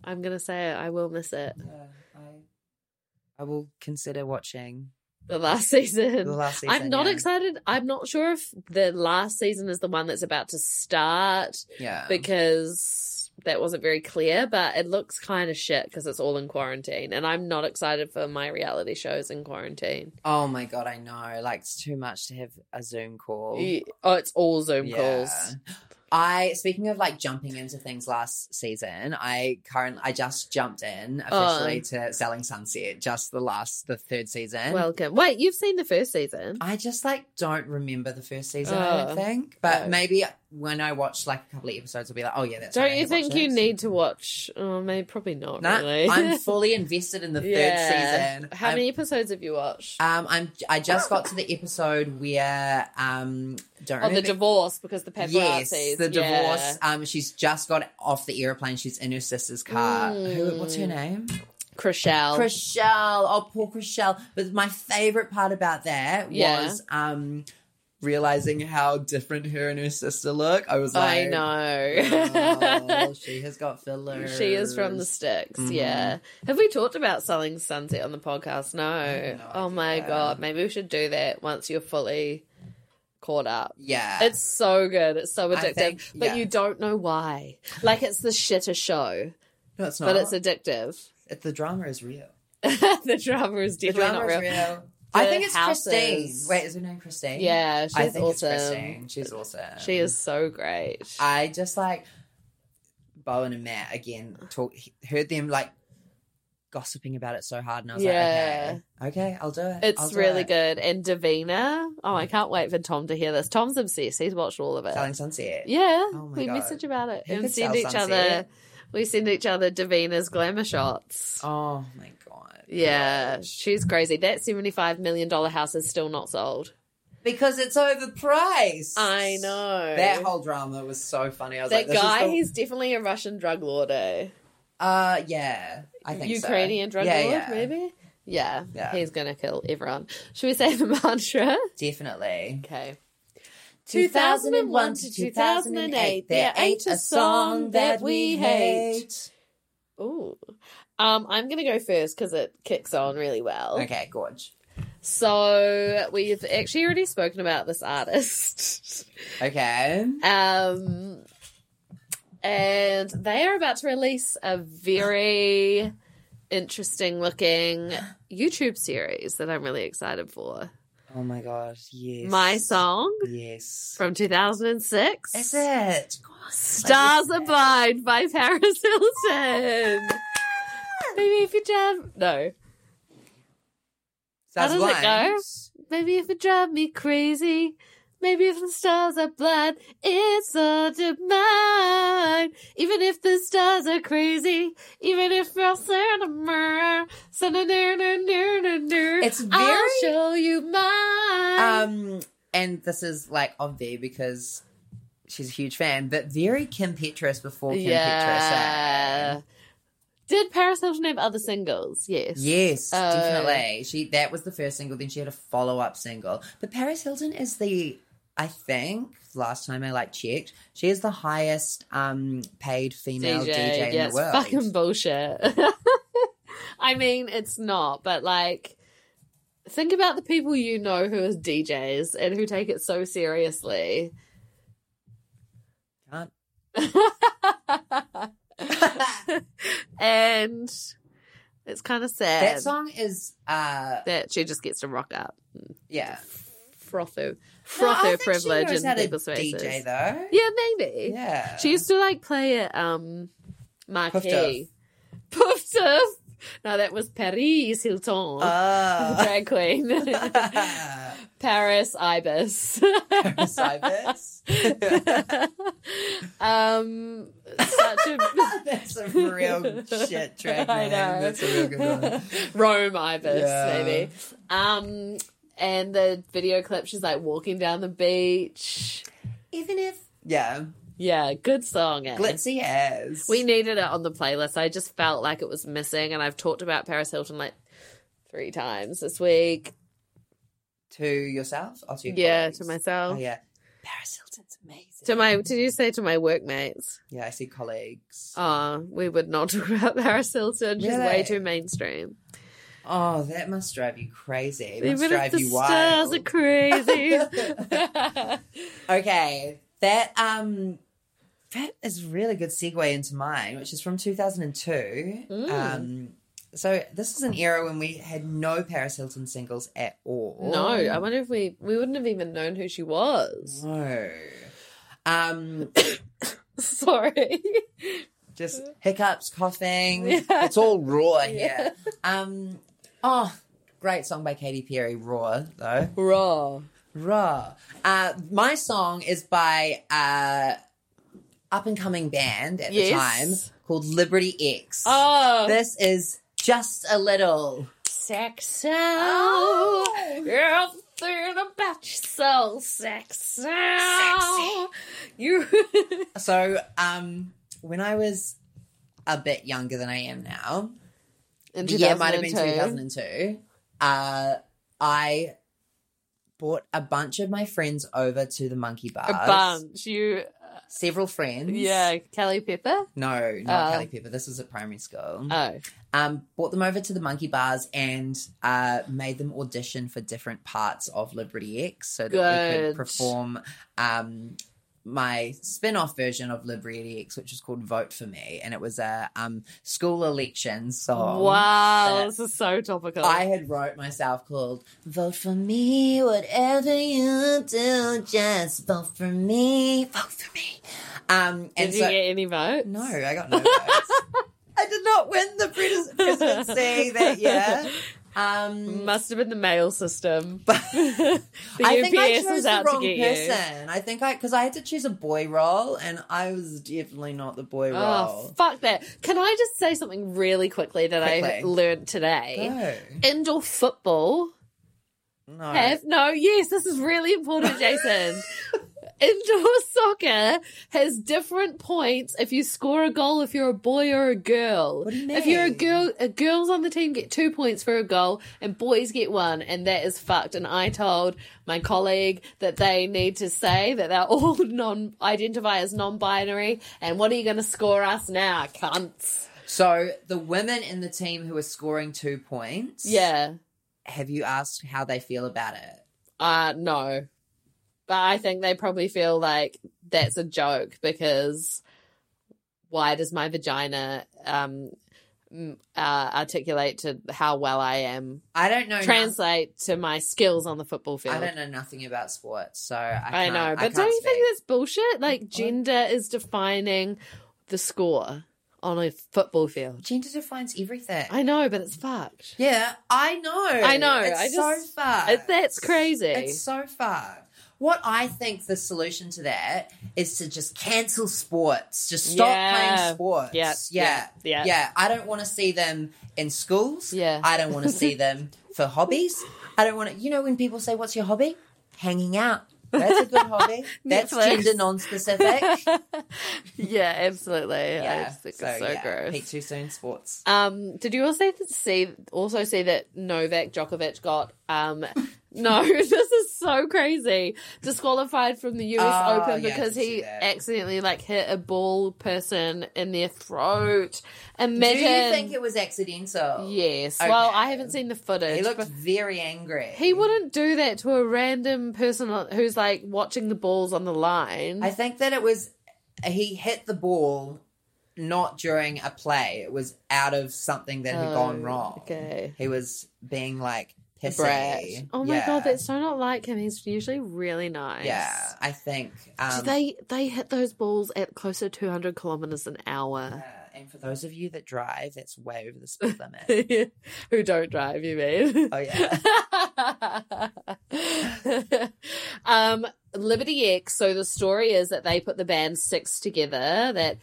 S2: I'm gonna say it. I will miss it.
S3: yeah I, I will consider watching
S2: The last (laughs) season.
S3: the last season.
S2: I'm not
S3: yeah.
S2: excited. I'm not sure if the last season is the one that's about to start
S3: Yeah,
S2: because that wasn't very clear, but it looks kind of shit because it's all in quarantine, and I'm not excited for my reality shows in quarantine.
S3: Oh my god, I know. Like it's too much to have a Zoom call.
S2: Y- Oh, it's all Zoom
S3: Yeah.
S2: calls.
S3: I speaking of like jumping into things last season, I currently I just jumped in
S2: Oh.
S3: officially to Selling Sunset, just the last the third season.
S2: Welcome. Wait, you've seen the first season?
S3: I just like don't remember the first season, I
S2: Oh.
S3: don't think. But
S2: Oh.
S3: maybe when I watch like a couple of episodes, I'll be like, oh yeah, that's. right, I
S2: Don't you
S3: need to watch
S2: think you
S3: this.
S2: need to watch? Oh, maybe probably not.
S3: Nah,
S2: really. (laughs)
S3: I'm fully invested in the third season.
S2: How
S3: I'm-
S2: many episodes have you watched?
S3: Um, I'm. I just got to the episode where um, don't
S2: oh, the
S3: remember-
S2: divorce because the paparazzi.
S3: Yes, the divorce. Um, she's just got off the airplane. She's in her sister's car.
S2: Mm.
S3: Who, what's her name?
S2: Chriselle.
S3: Chriselle. Oh, poor Chriselle. But my favorite part about that
S2: Yeah.
S3: was um, realizing how different her and her sister look. I was
S2: I
S3: like,
S2: know. (laughs)
S3: oh, she has got fillers.
S2: she is from the sticks.
S3: Mm-hmm.
S2: Yeah. Have we talked about selling sunset on the podcast? No.
S3: no
S2: oh my
S3: idea.
S2: god. Maybe we should do that once you're fully caught up.
S3: Yeah.
S2: It's so good. It's so
S3: I
S2: addictive,
S3: think-
S2: but
S3: yeah.
S2: you don't know why. Like it's the shitter show,
S3: no, it's not.
S2: but it's addictive. (laughs)
S3: it, the drama is real.
S2: the drama is
S3: The
S2: definitely
S3: drama
S2: not
S3: is
S2: real.
S3: real. I
S2: The
S3: think it's
S2: house
S3: Christine.
S2: is-
S3: Wait, is her name Christine?
S2: Yeah, she's
S3: I think
S2: awesome.
S3: it's Christine. She's awesome.
S2: She is so great.
S3: I just like Bowen and Matt again. Talk heard them like gossiping about it so hard, and I was
S2: Yeah.
S3: like, okay, okay, I'll do it. I'll
S2: It's
S3: do
S2: really
S3: it. Mm.
S2: good. And Davina, oh, I can't wait for Tom to hear this. Tom's obsessed. He's watched all of it.
S3: Selling Sunset.
S2: yeah,
S3: Oh my
S2: we
S3: God.
S2: message about it
S3: Who
S2: and
S3: could
S2: send
S3: sell
S2: each other.
S3: Sunset?
S2: We send each other Davina's glamour shots.
S3: Oh my god.
S2: yeah, she's crazy. That seventy-five million dollar house is still not sold.
S3: Because it's overpriced.
S2: I know
S3: That whole drama was so funny. I was
S2: That
S3: like, this
S2: guy.
S3: Is the...
S2: He's definitely a Russian drug lord. Eh?
S3: Uh, yeah. I think so.
S2: Ukrainian drug
S3: yeah,
S2: lord,
S3: yeah.
S2: maybe. Yeah,
S3: Yeah.
S2: he's gonna kill everyone. Should we say the (laughs) mantra?
S3: Definitely.
S2: Okay.
S3: 2001 to 2008, there ain't a song that we hate.
S2: Ooh. Um, I'm going to go first because it kicks on really well.
S3: Okay, gorge.
S2: So we've actually already spoken about this artist. (laughs)
S3: Okay.
S2: um, and they are about to release a very interesting looking YouTube series that I'm really excited for.
S3: Oh my god, yes.
S2: My Song
S3: Yes.
S2: from 2006.
S3: Is it? God,
S2: Stars
S3: like,
S2: Abide by Paris
S3: (laughs)
S2: Hilton. Maybe if you drive, no,
S3: Stars
S2: How does it
S3: Blind?
S2: maybe if you drive me crazy. Maybe if the stars are blind, it's all to mine. Even if the stars are crazy, even if I'll send a mirror, send a near, near, near, near, near,
S3: It's
S2: I'll
S3: very-
S2: show you mine.
S3: Um, and this is like of there because she's a huge fan, but very Kim Petras before Kim Petras. eh?
S2: yeah. Did Paris Hilton have other singles? Yes.
S3: Yes,
S2: Oh.
S3: definitely. She that was the first single. Then she had a follow up single. But Paris Hilton is the, I think, last time I like checked, she is the highest um paid female DJ, in
S2: yeah,
S3: the
S2: it's
S3: world.
S2: fucking bullshit. (laughs) I mean, it's not, but like, think about the people you know who are DJs and who take it so seriously.
S3: Can't-
S2: (laughs) and it's kind of sad
S3: that song is uh
S2: that she just gets to rock up,
S3: yeah.
S2: froth her,
S3: No,
S2: froth
S3: I
S2: her
S3: think she
S2: privilege
S3: knows how
S2: in
S3: to
S2: people's faces.
S3: DJ though.
S2: Yeah, maybe.
S3: Yeah. (laughs)
S2: She used to like play at um Marquee.
S3: Tuff.
S2: Puff Tuff. No, that was Paris Hilton.
S3: Oh.
S2: drag queen.
S3: (laughs)
S2: Paris Ibis.
S3: Cybers.
S2: (laughs) um
S3: (laughs)
S2: such a
S3: (laughs) That's a real shit track
S2: I
S3: name.
S2: know.
S3: That's a real good one.
S2: (laughs) Rome Ibis,
S3: Yeah.
S2: maybe. Um and the video clip she's like walking down the beach.
S3: Even if yeah,
S2: Yeah, good song. eh?
S3: glitzy as
S2: We needed it on the playlist. I just felt like it was missing, and I've talked about Paris Hilton like three times this week.
S3: to yourself or to your
S2: Yeah,
S3: colleagues?
S2: to myself.
S3: Oh yeah, Paris Hilton's amazing.
S2: To my, did you say to my workmates?
S3: yeah, I see colleagues. Oh,
S2: Ah, we would not (laughs) talk about Paris Hilton. She's way
S3: Really?
S2: too mainstream.
S3: Oh, that must drive you crazy. It must
S2: Even if
S3: drive
S2: the
S3: you
S2: stars
S3: wild. (laughs)
S2: are crazy.
S3: okay, that um That is a really good segue into mine, which is from 2002.
S2: Mm.
S3: Um, so this is an era when we had no Paris Hilton singles at all.
S2: (laughs) No, I wonder if we we wouldn't have even known who she was. (laughs)
S3: no. Um,
S2: Sorry.
S3: just hiccups, coughing.
S2: (laughs) Yeah.
S3: It's all raw here.
S2: Yeah.
S3: Um, oh, great song by Katy Perry, Raw though.
S2: Raw.
S3: Raw. Uh, my song is by uh, up and coming band at
S2: Yes.
S3: the time called Liberty X.
S2: Oh,
S3: This is just a little.
S2: sexo.
S3: Oh.
S2: You're out there about yourself, sexo. You.
S3: So, um, when I was a bit younger than I am now,
S2: In
S3: the year might have been
S2: 2002.
S3: 2002. Uh, I brought a bunch of my friends over to the monkey bars.
S2: A bunch. You.
S3: Several friends.
S2: Yeah, Kelly Pepper.
S3: No, not
S2: Uh.
S3: Kelly Pepper. This was at primary school.
S2: Oh.
S3: um, brought them over to the monkey bars and uh, made them audition for different parts of Liberty X so that we could
S2: Good.
S3: perform um, my spin off version of Liberty X, which was called Vote for Me. And it was a um, school election song.
S2: wow,
S3: that-
S2: this is so topical.
S3: Oh. Uh, I had wrote myself called Vote for Me, whatever you do, just vote for me, vote for me. Um,
S2: Did
S3: and
S2: you
S3: so,
S2: get any votes?
S3: no,
S2: (laughs)
S3: I got no votes. (laughs) I did not win the pres-
S2: (laughs)
S3: presidency that year. Um,
S2: Must have been the mail system.
S3: (laughs) but
S2: (laughs) the
S3: I think I
S2: UPS
S3: chose
S2: was
S3: the
S2: out
S3: wrong
S2: to get you.
S3: person. I think I because I had to choose a boy role, and I was definitely not the boy
S2: Oh,
S3: role.
S2: fuck that. Can I just say something really quickly that I
S3: Quickly.
S2: learned today?
S3: no,
S2: Indoor football
S3: no.
S2: have no, yes, this is really
S3: (laughs)
S2: important, Jason. Indoor soccer has different points if you score a goal if you're a boy or a girl.
S3: What do you
S2: If you're a
S3: mean?
S2: girl, a girls on the team get two points for a goal and boys get one, and that is fucked. And I told my colleague that they need to say that they're (laughs) all non identify as non binary. And what are you going to score us now, cunts?
S3: So the women in the team who are scoring two points,
S2: Yeah.
S3: Have you asked how they feel about it?
S2: Uh no. But I think they probably feel like that's a joke because why does my vagina um m- uh, articulate to how well I am
S3: I don't know.
S2: translate to my skills on the football
S3: no-
S2: field.
S3: I don't know nothing about sports, so I,
S2: I,
S3: can't,
S2: know, but
S3: can't
S2: don't you
S3: speak.
S2: think that's bullshit? Like gender is defining the score on a football field.
S3: gender defines everything?
S2: I know, but
S3: (laughs)
S2: it's fucked.
S3: Yeah, I know.
S2: I know,
S3: It's
S2: I
S3: so
S2: just-
S3: far.
S2: It- that's crazy.
S3: It's so far. What I think the solution to that is to just cancel sports. Just stop
S2: Yeah.
S3: playing sports.
S2: Yeah,
S3: Yeah.
S2: yeah, yeah.
S3: I don't want to see them in schools.
S2: Yeah.
S3: I don't want to
S2: (laughs)
S3: see them for hobbies. I don't want to. You know when people say, "What's your hobby?" Hanging out. That's a good
S2: (laughs)
S3: hobby. That's
S2: Netflix.
S3: gender
S2: (laughs)
S3: non-specific.
S2: yeah, absolutely. I
S3: yeah.
S2: think it's so
S3: yeah,
S2: gross.
S3: Peak too soon. Sports.
S2: Um, did you also th- see also see that Novak Djokovic got um (laughs) no, this is so crazy. Disqualified from the US
S3: Oh,
S2: Open
S3: yeah, I
S2: because
S3: did see
S2: he
S3: that.
S2: accidentally like hit a ball person in their throat. Imagine
S3: Do you think it was accidental?
S2: Yes.
S3: Okay.
S2: Well, I haven't seen the footage.
S3: He looked
S2: but
S3: very angry.
S2: he wouldn't do that to a random person on- who's like watching the balls on the line.
S3: I think that it was he hit the ball not during a play. It was out of something that had
S2: Oh,
S3: gone wrong.
S2: okay.
S3: He was being like
S2: A brat.
S3: pissy.
S2: Oh my
S3: Yeah.
S2: god, that's so not like him. He's usually really nice.
S3: yeah. I think um,
S2: So they they hit those balls at closer to 200 kilometers an hour.
S3: yeah, uh, And for those of you that drive, that's way over the speed limit.
S2: (laughs) Who don't drive, you mean? (laughs)
S3: oh yeah.
S2: um, Liberty X. So the story is that they put the band six together. That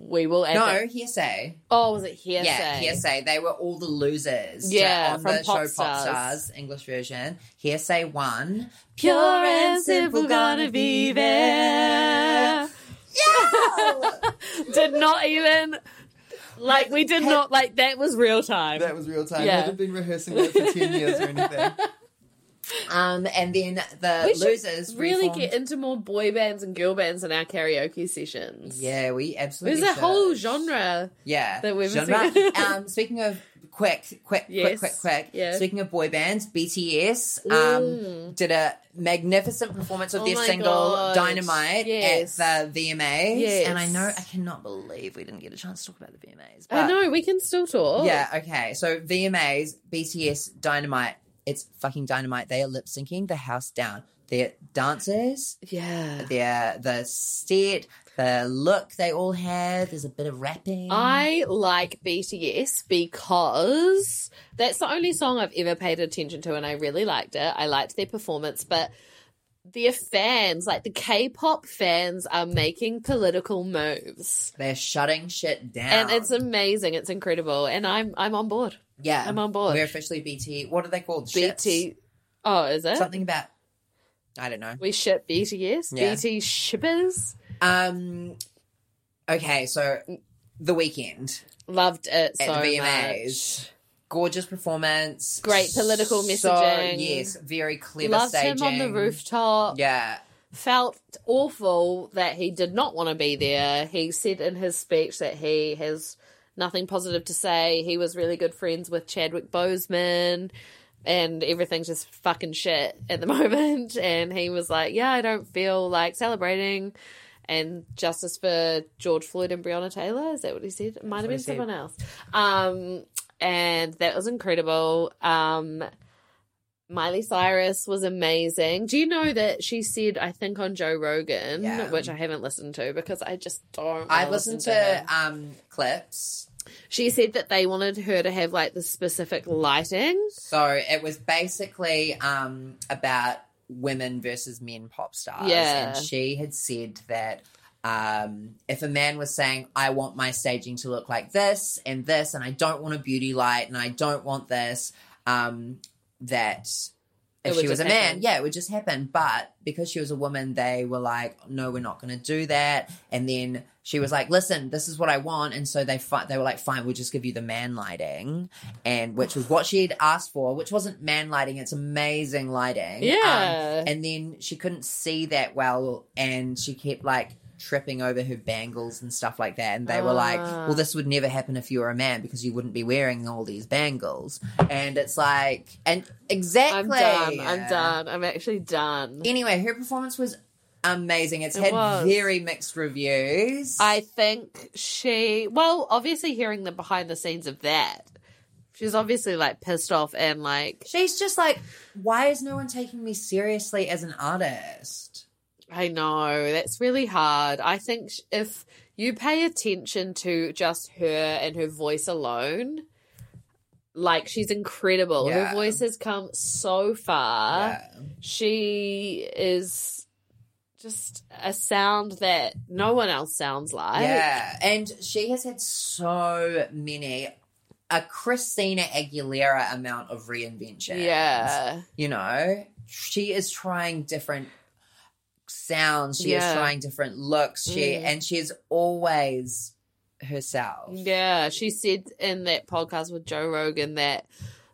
S2: we will. add
S3: No
S2: that-
S3: hearsay.
S2: Oh, was it hearsay?
S3: Yeah, hearsay. They were all the losers.
S2: Yeah,
S3: to- on
S2: from
S3: the
S2: Pop
S3: show Pop
S2: Stars.
S3: Stars English version. Hearsay one.
S2: Pure and simple, gonna be there. (laughs)
S3: Yeah.
S2: Did not even like we did not like that was real time.
S3: That was real time.
S2: Yeah.
S3: I haven't been rehearsing that for 10 years or
S2: (laughs)
S3: anything. Um, and then the
S2: We should
S3: losers
S2: really
S3: reformed-
S2: get into more boy bands and girl bands in our karaoke sessions.
S3: Yeah, we absolutely.
S2: There's a whole
S3: should.
S2: genre.
S3: Yeah.
S2: that we're
S3: genre.
S2: missing.
S3: (laughs) um, speaking of quick, quick,
S2: Yes.
S3: quick, quick, quick.
S2: Yeah.
S3: Speaking of boy bands, BTS
S2: Mm.
S3: um, did a magnificent performance of
S2: Oh
S3: their
S2: my
S3: single
S2: God.
S3: Dynamite
S2: Yes.
S3: at the VMAs.
S2: Yes.
S3: And I know, I cannot believe we didn't get a chance to talk about the VMAs. But
S2: I know we can still talk.
S3: Yeah, okay. So VMAs, BTS, Dynamite. It's fucking dynamite. They are lip syncing the house down. Their dancers,
S2: yeah.
S3: their the set, the look they all had. There's a bit of rapping.
S2: I like BTS because that's the only song I've ever paid attention to, and I really liked it. I liked their performance, but their fans, like the K-pop fans, are making political moves,
S3: They're shutting shit down.
S2: and it's amazing. It's incredible, and I'm I'm on board.
S3: yeah,
S2: I'm on board.
S3: We're officially BT. What are they called? Shits?
S2: BT, oh, is it?
S3: Something about. I don't know.
S2: We ship BTS,
S3: Yeah.
S2: BT shippers.
S3: Um. Okay, so the weekend
S2: Loved it
S3: at
S2: so
S3: the
S2: much.
S3: VMAs. Gorgeous performance.
S2: Great political
S3: So-
S2: messaging.
S3: yes, very clever
S2: Loved
S3: staging.
S2: him on the rooftop.
S3: Yeah.
S2: felt awful that he did not want to be there. He said in his speech that he has nothing positive to say. He was really good friends with Chadwick Boseman and everything's just fucking shit at the (laughs) moment and he was like, "Yeah, I don't feel like celebrating." And justice for George Floyd and Breonna Taylor, is that what he said? It might have been
S3: That's what he
S2: someone else. Um and that was incredible. Um Miley Cyrus was amazing. Do you know that she said, I think on Joe Rogan,
S3: Yeah.
S2: which I haven't listened to because I just don't.
S3: I've
S2: wanna listen
S3: listened to um clips
S2: She said that they wanted her to have like the specific lighting.
S3: So it was basically um, about women versus men pop stars.
S2: Yeah.
S3: And she had said that um, if a man was saying, I want my staging to look like this and this, and I don't want a beauty light and I don't want this, um, that
S2: It
S3: if
S2: would
S3: she was a
S2: just
S3: man,
S2: happen.
S3: yeah, it would just happen. But because she was a woman, they were like, no, we're not going to do that. And then she was like, listen, this is what I want. And so they fi- they were like, fine, we'll just give you the man lighting. And which was what she had asked for, which wasn't man lighting. It's amazing lighting.
S2: Yeah.
S3: Um, and then she couldn't see that well. And she kept like, tripping over her bangles and stuff like that and they were like
S2: Ah.
S3: well this would never happen if you were a man because you wouldn't be wearing all these bangles and it's like and exactly
S2: I'm done. I'm done. I'm actually done.
S3: Anyway, her performance was amazing. It's
S2: It
S3: had
S2: was.
S3: very mixed reviews.
S2: I think she, well, obviously hearing the behind the scenes of that, she's obviously like pissed off and like,
S3: She's just like, why is no one taking me seriously as an artist?
S2: I know that's really hard. I think sh- if you pay attention to just her and her voice alone, like she's incredible.
S3: Yeah.
S2: Her voice has come so far.
S3: Yeah.
S2: She is just a sound that no one else sounds like.
S3: yeah, and she has had so many a Christina Aguilera amount of reinvention.
S2: Yeah.
S3: you know she is trying different sounds she
S2: Yeah.
S3: is trying different looks she
S2: Mm.
S3: and she's always herself
S2: Yeah, she said in that podcast with Joe Rogan that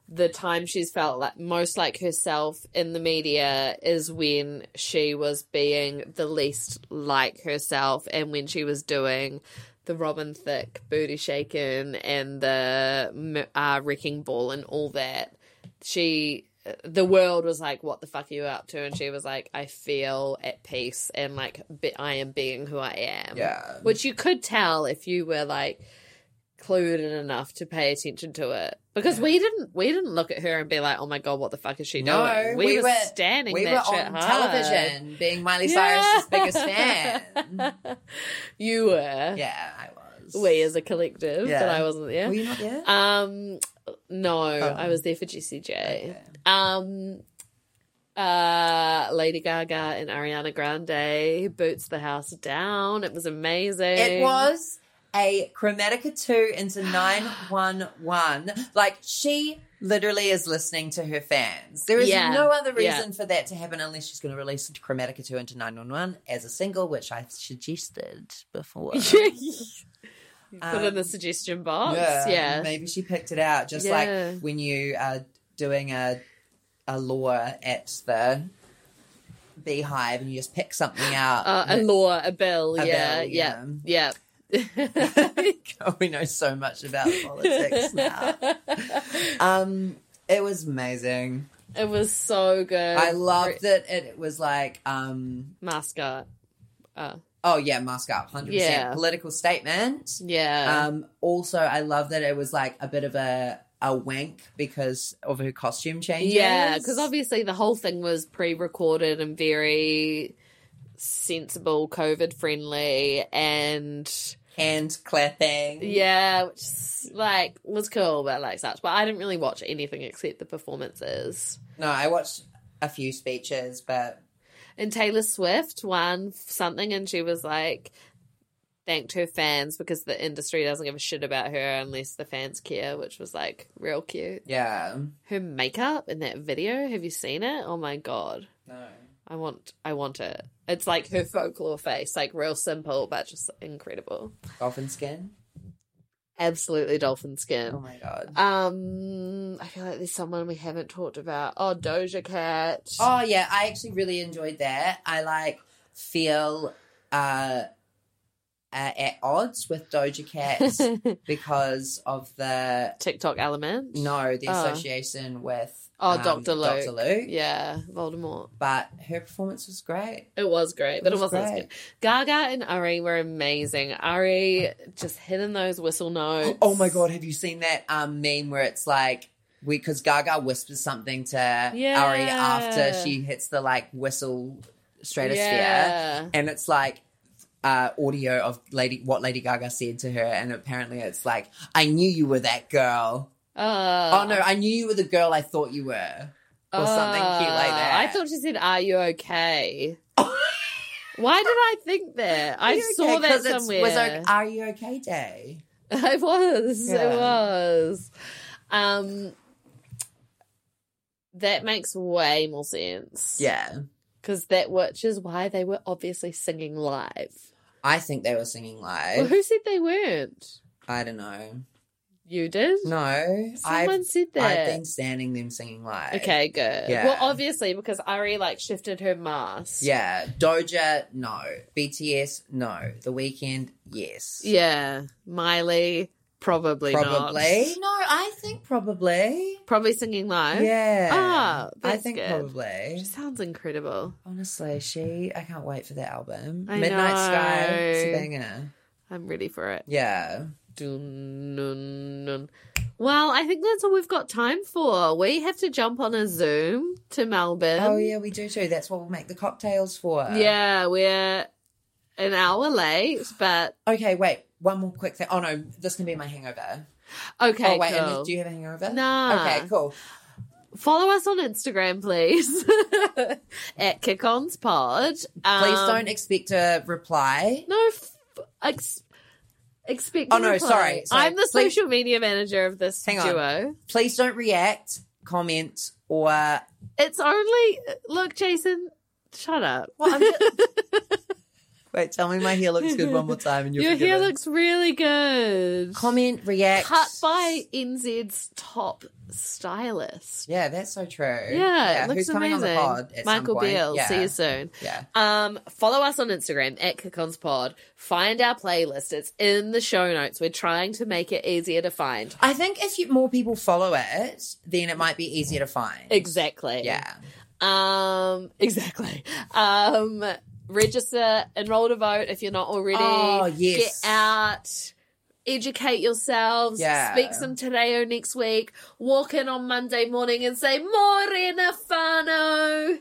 S2: the time she's felt like most like herself in the media is when she was being the least like herself and when she was doing the Robin Thicke booty shaken and the uh, wrecking ball and all that. She the world was like, "What the fuck are you up to?" And she was like, "I feel at peace and like be- I am being who I am."
S3: Yeah.
S2: which you could tell if you were like clued in enough to pay attention to it because we didn't we didn't look at her and be like, "Oh my god, what the fuck is she
S3: No,
S2: doing?" We, were, standing
S3: We
S2: that
S3: were
S2: shit
S3: on
S2: hard.
S3: television, being Miley
S2: Yeah.
S3: Cyrus's biggest fan.
S2: (laughs) You were.
S3: Yeah, I was.
S2: We as a collective, but
S3: Yeah.
S2: I wasn't there.
S3: were you not there?
S2: Um, no, I was there for GCJ. Um, uh, Lady Gaga and Ariana Grande boots the house down. It was amazing.
S3: it was a Chromatica two
S2: (gasps)
S3: into nine one one. Like she literally is listening to her fans. There is
S2: Yeah.
S3: no other
S2: Yeah.
S3: reason for that to happen unless she's going to release Chromatica two into nine one one as a single, which I suggested before. (laughs)
S2: (laughs) Put in the suggestion box.
S3: Um, Yeah,
S2: Yeah.
S3: Maybe she picked it out, just
S2: Yeah.
S3: like when you are doing a a law at the beehive and you just pick something out.
S2: Uh, a law, a bill,
S3: A
S2: yeah,
S3: bill,
S2: yeah,
S3: yeah.
S2: yeah,
S3: God, (laughs) we know so much about (laughs) politics now. Um, it was amazing.
S2: (laughs) It was so good.
S3: I loved that it, was like, um,
S2: mascot. Uh,
S3: oh yeah, mask up, hundred
S2: Yeah.
S3: percent political statement.
S2: yeah.
S3: Um, also, I love that it was like a bit of a a wank because of her costume changes.
S2: yeah, because obviously the whole thing was pre-recorded and very sensible, COVID-friendly, and
S3: hand clapping.
S2: yeah, which is, like was cool, but like such. But I didn't really watch anything except the performances.
S3: No, I watched a few speeches, but
S2: And Taylor Swift won something, and she was like, thanked her fans because the industry doesn't give a shit about her unless the fans care, which was like real cute.
S3: yeah,
S2: Her makeup in that video, have you seen it? Oh my god,
S3: no.
S2: I want, I want it. It's like her folklore face, like real simple but just incredible.
S3: Dolphin skin.
S2: Absolutely dolphin
S3: Oh
S2: skin.
S3: my god.
S2: Um, I feel like there's someone we haven't talked about. Oh, Doja Cat.
S3: Oh yeah, I actually really enjoyed that. I like feel uh, uh at odds with Doja Cat because of the
S2: (laughs) TikTok element.
S3: no the
S2: Oh.
S3: association with
S2: Oh,
S3: um,
S2: Dr. Luke.
S3: Dr. Luke.
S2: Yeah, Voldemort.
S3: But her performance was great.
S2: It was great, but
S3: was
S2: it wasn't as
S3: great.
S2: good. Gaga and Ari were amazing. Ari just hitting those whistle notes.
S3: Oh my god, have you seen that um, meme where it's like we because Gaga whispers something to Ari after
S2: Yeah.
S3: she hits the like whistle stratosphere,
S2: Yeah.
S3: and it's like uh, audio of Lady what Lady Gaga said to her, and apparently it's like I knew you were that girl.
S2: Uh,
S3: Oh no, I knew you were the girl I thought you
S2: (laughs)
S3: were, or something cute like
S2: uh,
S3: that.
S2: I thought she said, "Are you okay?" Why did I think that? I saw that somewhere.
S3: It was like Are You Okay Day.
S2: (laughs) I was.
S3: Yeah.
S2: It was. Um, that makes way more sense.
S3: Yeah,
S2: because that which is why they were obviously singing live.
S3: I think they were singing
S2: Well,
S3: live.
S2: who said they weren't?
S3: I don't know.
S2: You did.
S3: No,
S2: Someone
S3: I've
S2: said that.
S3: I've been standing them singing live.
S2: Okay, good.
S3: Yeah.
S2: Well, obviously because Ari like shifted her mask.
S3: Yeah. Doja, no. BTS, no. The Weekend, yes.
S2: Yeah. Miley probably
S3: Probably.
S2: not.
S3: No, I think probably.
S2: Probably singing live.
S3: Yeah.
S2: Ah,
S3: I
S2: that's
S3: think
S2: good.
S3: probably.
S2: She sounds incredible.
S3: Honestly, she I can't wait for that album.
S2: I
S3: Midnight Sky. It's a
S2: know.
S3: banger.
S2: I'm ready for it.
S3: Yeah.
S2: Dun, dun, dun. Well, I think that's all we've got time for. We have to jump on a Zoom to Melbourne.
S3: oh yeah, we do too. That's what we'll make the cocktails for.
S2: Um, Yeah, we're an hour late, but
S3: Okay, wait. One more quick thing. Oh no, this can be my hangover.
S2: okay.
S3: oh wait, and
S2: cool.
S3: do you have a hangover?
S2: Nah.
S3: Okay, cool.
S2: follow us on Instagram, please, (laughs) at Kick-Ons Pod. Um,
S3: Please don't expect a reply.
S2: No, f- ex- expect.
S3: Oh,
S2: a
S3: no,
S2: reply.
S3: sorry, sorry.
S2: I'm the
S3: Please-
S2: social media manager of this
S3: Hang on.
S2: duo.
S3: Please don't react, comment, or
S2: It's only look, Jason. Shut up.
S3: Well, I'm Wait, tell me my hair looks good one more time and you're
S2: (laughs) Your hair
S3: forgiven.
S2: looks really good.
S3: Comment, react.
S2: Cut by NZ's top stylist.
S3: Yeah, that's so true.
S2: Yeah, it looks
S3: who's coming
S2: amazing.
S3: on the pod at some
S2: Michael
S3: point.
S2: Beale.
S3: Yeah,
S2: See you soon.
S3: Yeah.
S2: Um, follow us on Instagram at Kickonspod. Find our playlist. It's in the show notes. We're trying to make it easier to find.
S3: I think if you, more people follow it, then it might be easier to find.
S2: Exactly.
S3: Yeah.
S2: Um, (laughs) exactly. Um, register, enroll to vote if you're not already.
S3: Oh, yes.
S2: Get out. Educate yourselves.
S3: Yeah.
S2: Speak some Tadeo next week. Walk in on Monday morning and say, Morena Fano.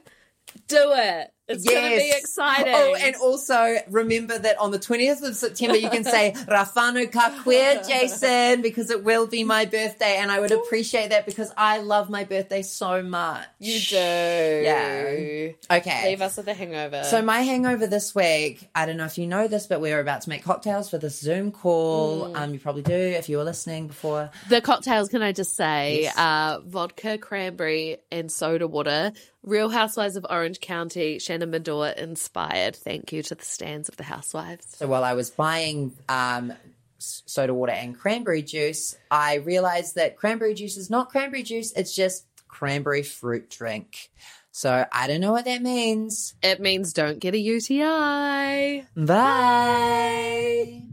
S2: Do it. It's going to be exciting.
S3: Oh, and also remember that on the 20th of September, you can (laughs) say Rafano Kakwe, Jason, because it will be my birthday. And I would appreciate that because I love my birthday so much.
S2: You do. Yeah.
S3: Okay.
S2: Leave us with a hangover.
S3: So my hangover this week, I don't know if you know this, but we were about to make cocktails for this Zoom call. Um, you probably do if you were listening before.
S2: the cocktails, can I just say,
S3: Yes.
S2: uh, vodka, cranberry, and soda water. Real Housewives of Orange County, Shannon Medore inspired. Thank you to the stands of the Housewives.
S3: So while I was buying um, s- soda water and cranberry juice, I realized that cranberry juice is not cranberry juice; it's just cranberry fruit drink. So I don't know what that means.
S2: It means don't get a UTI.
S3: Bye.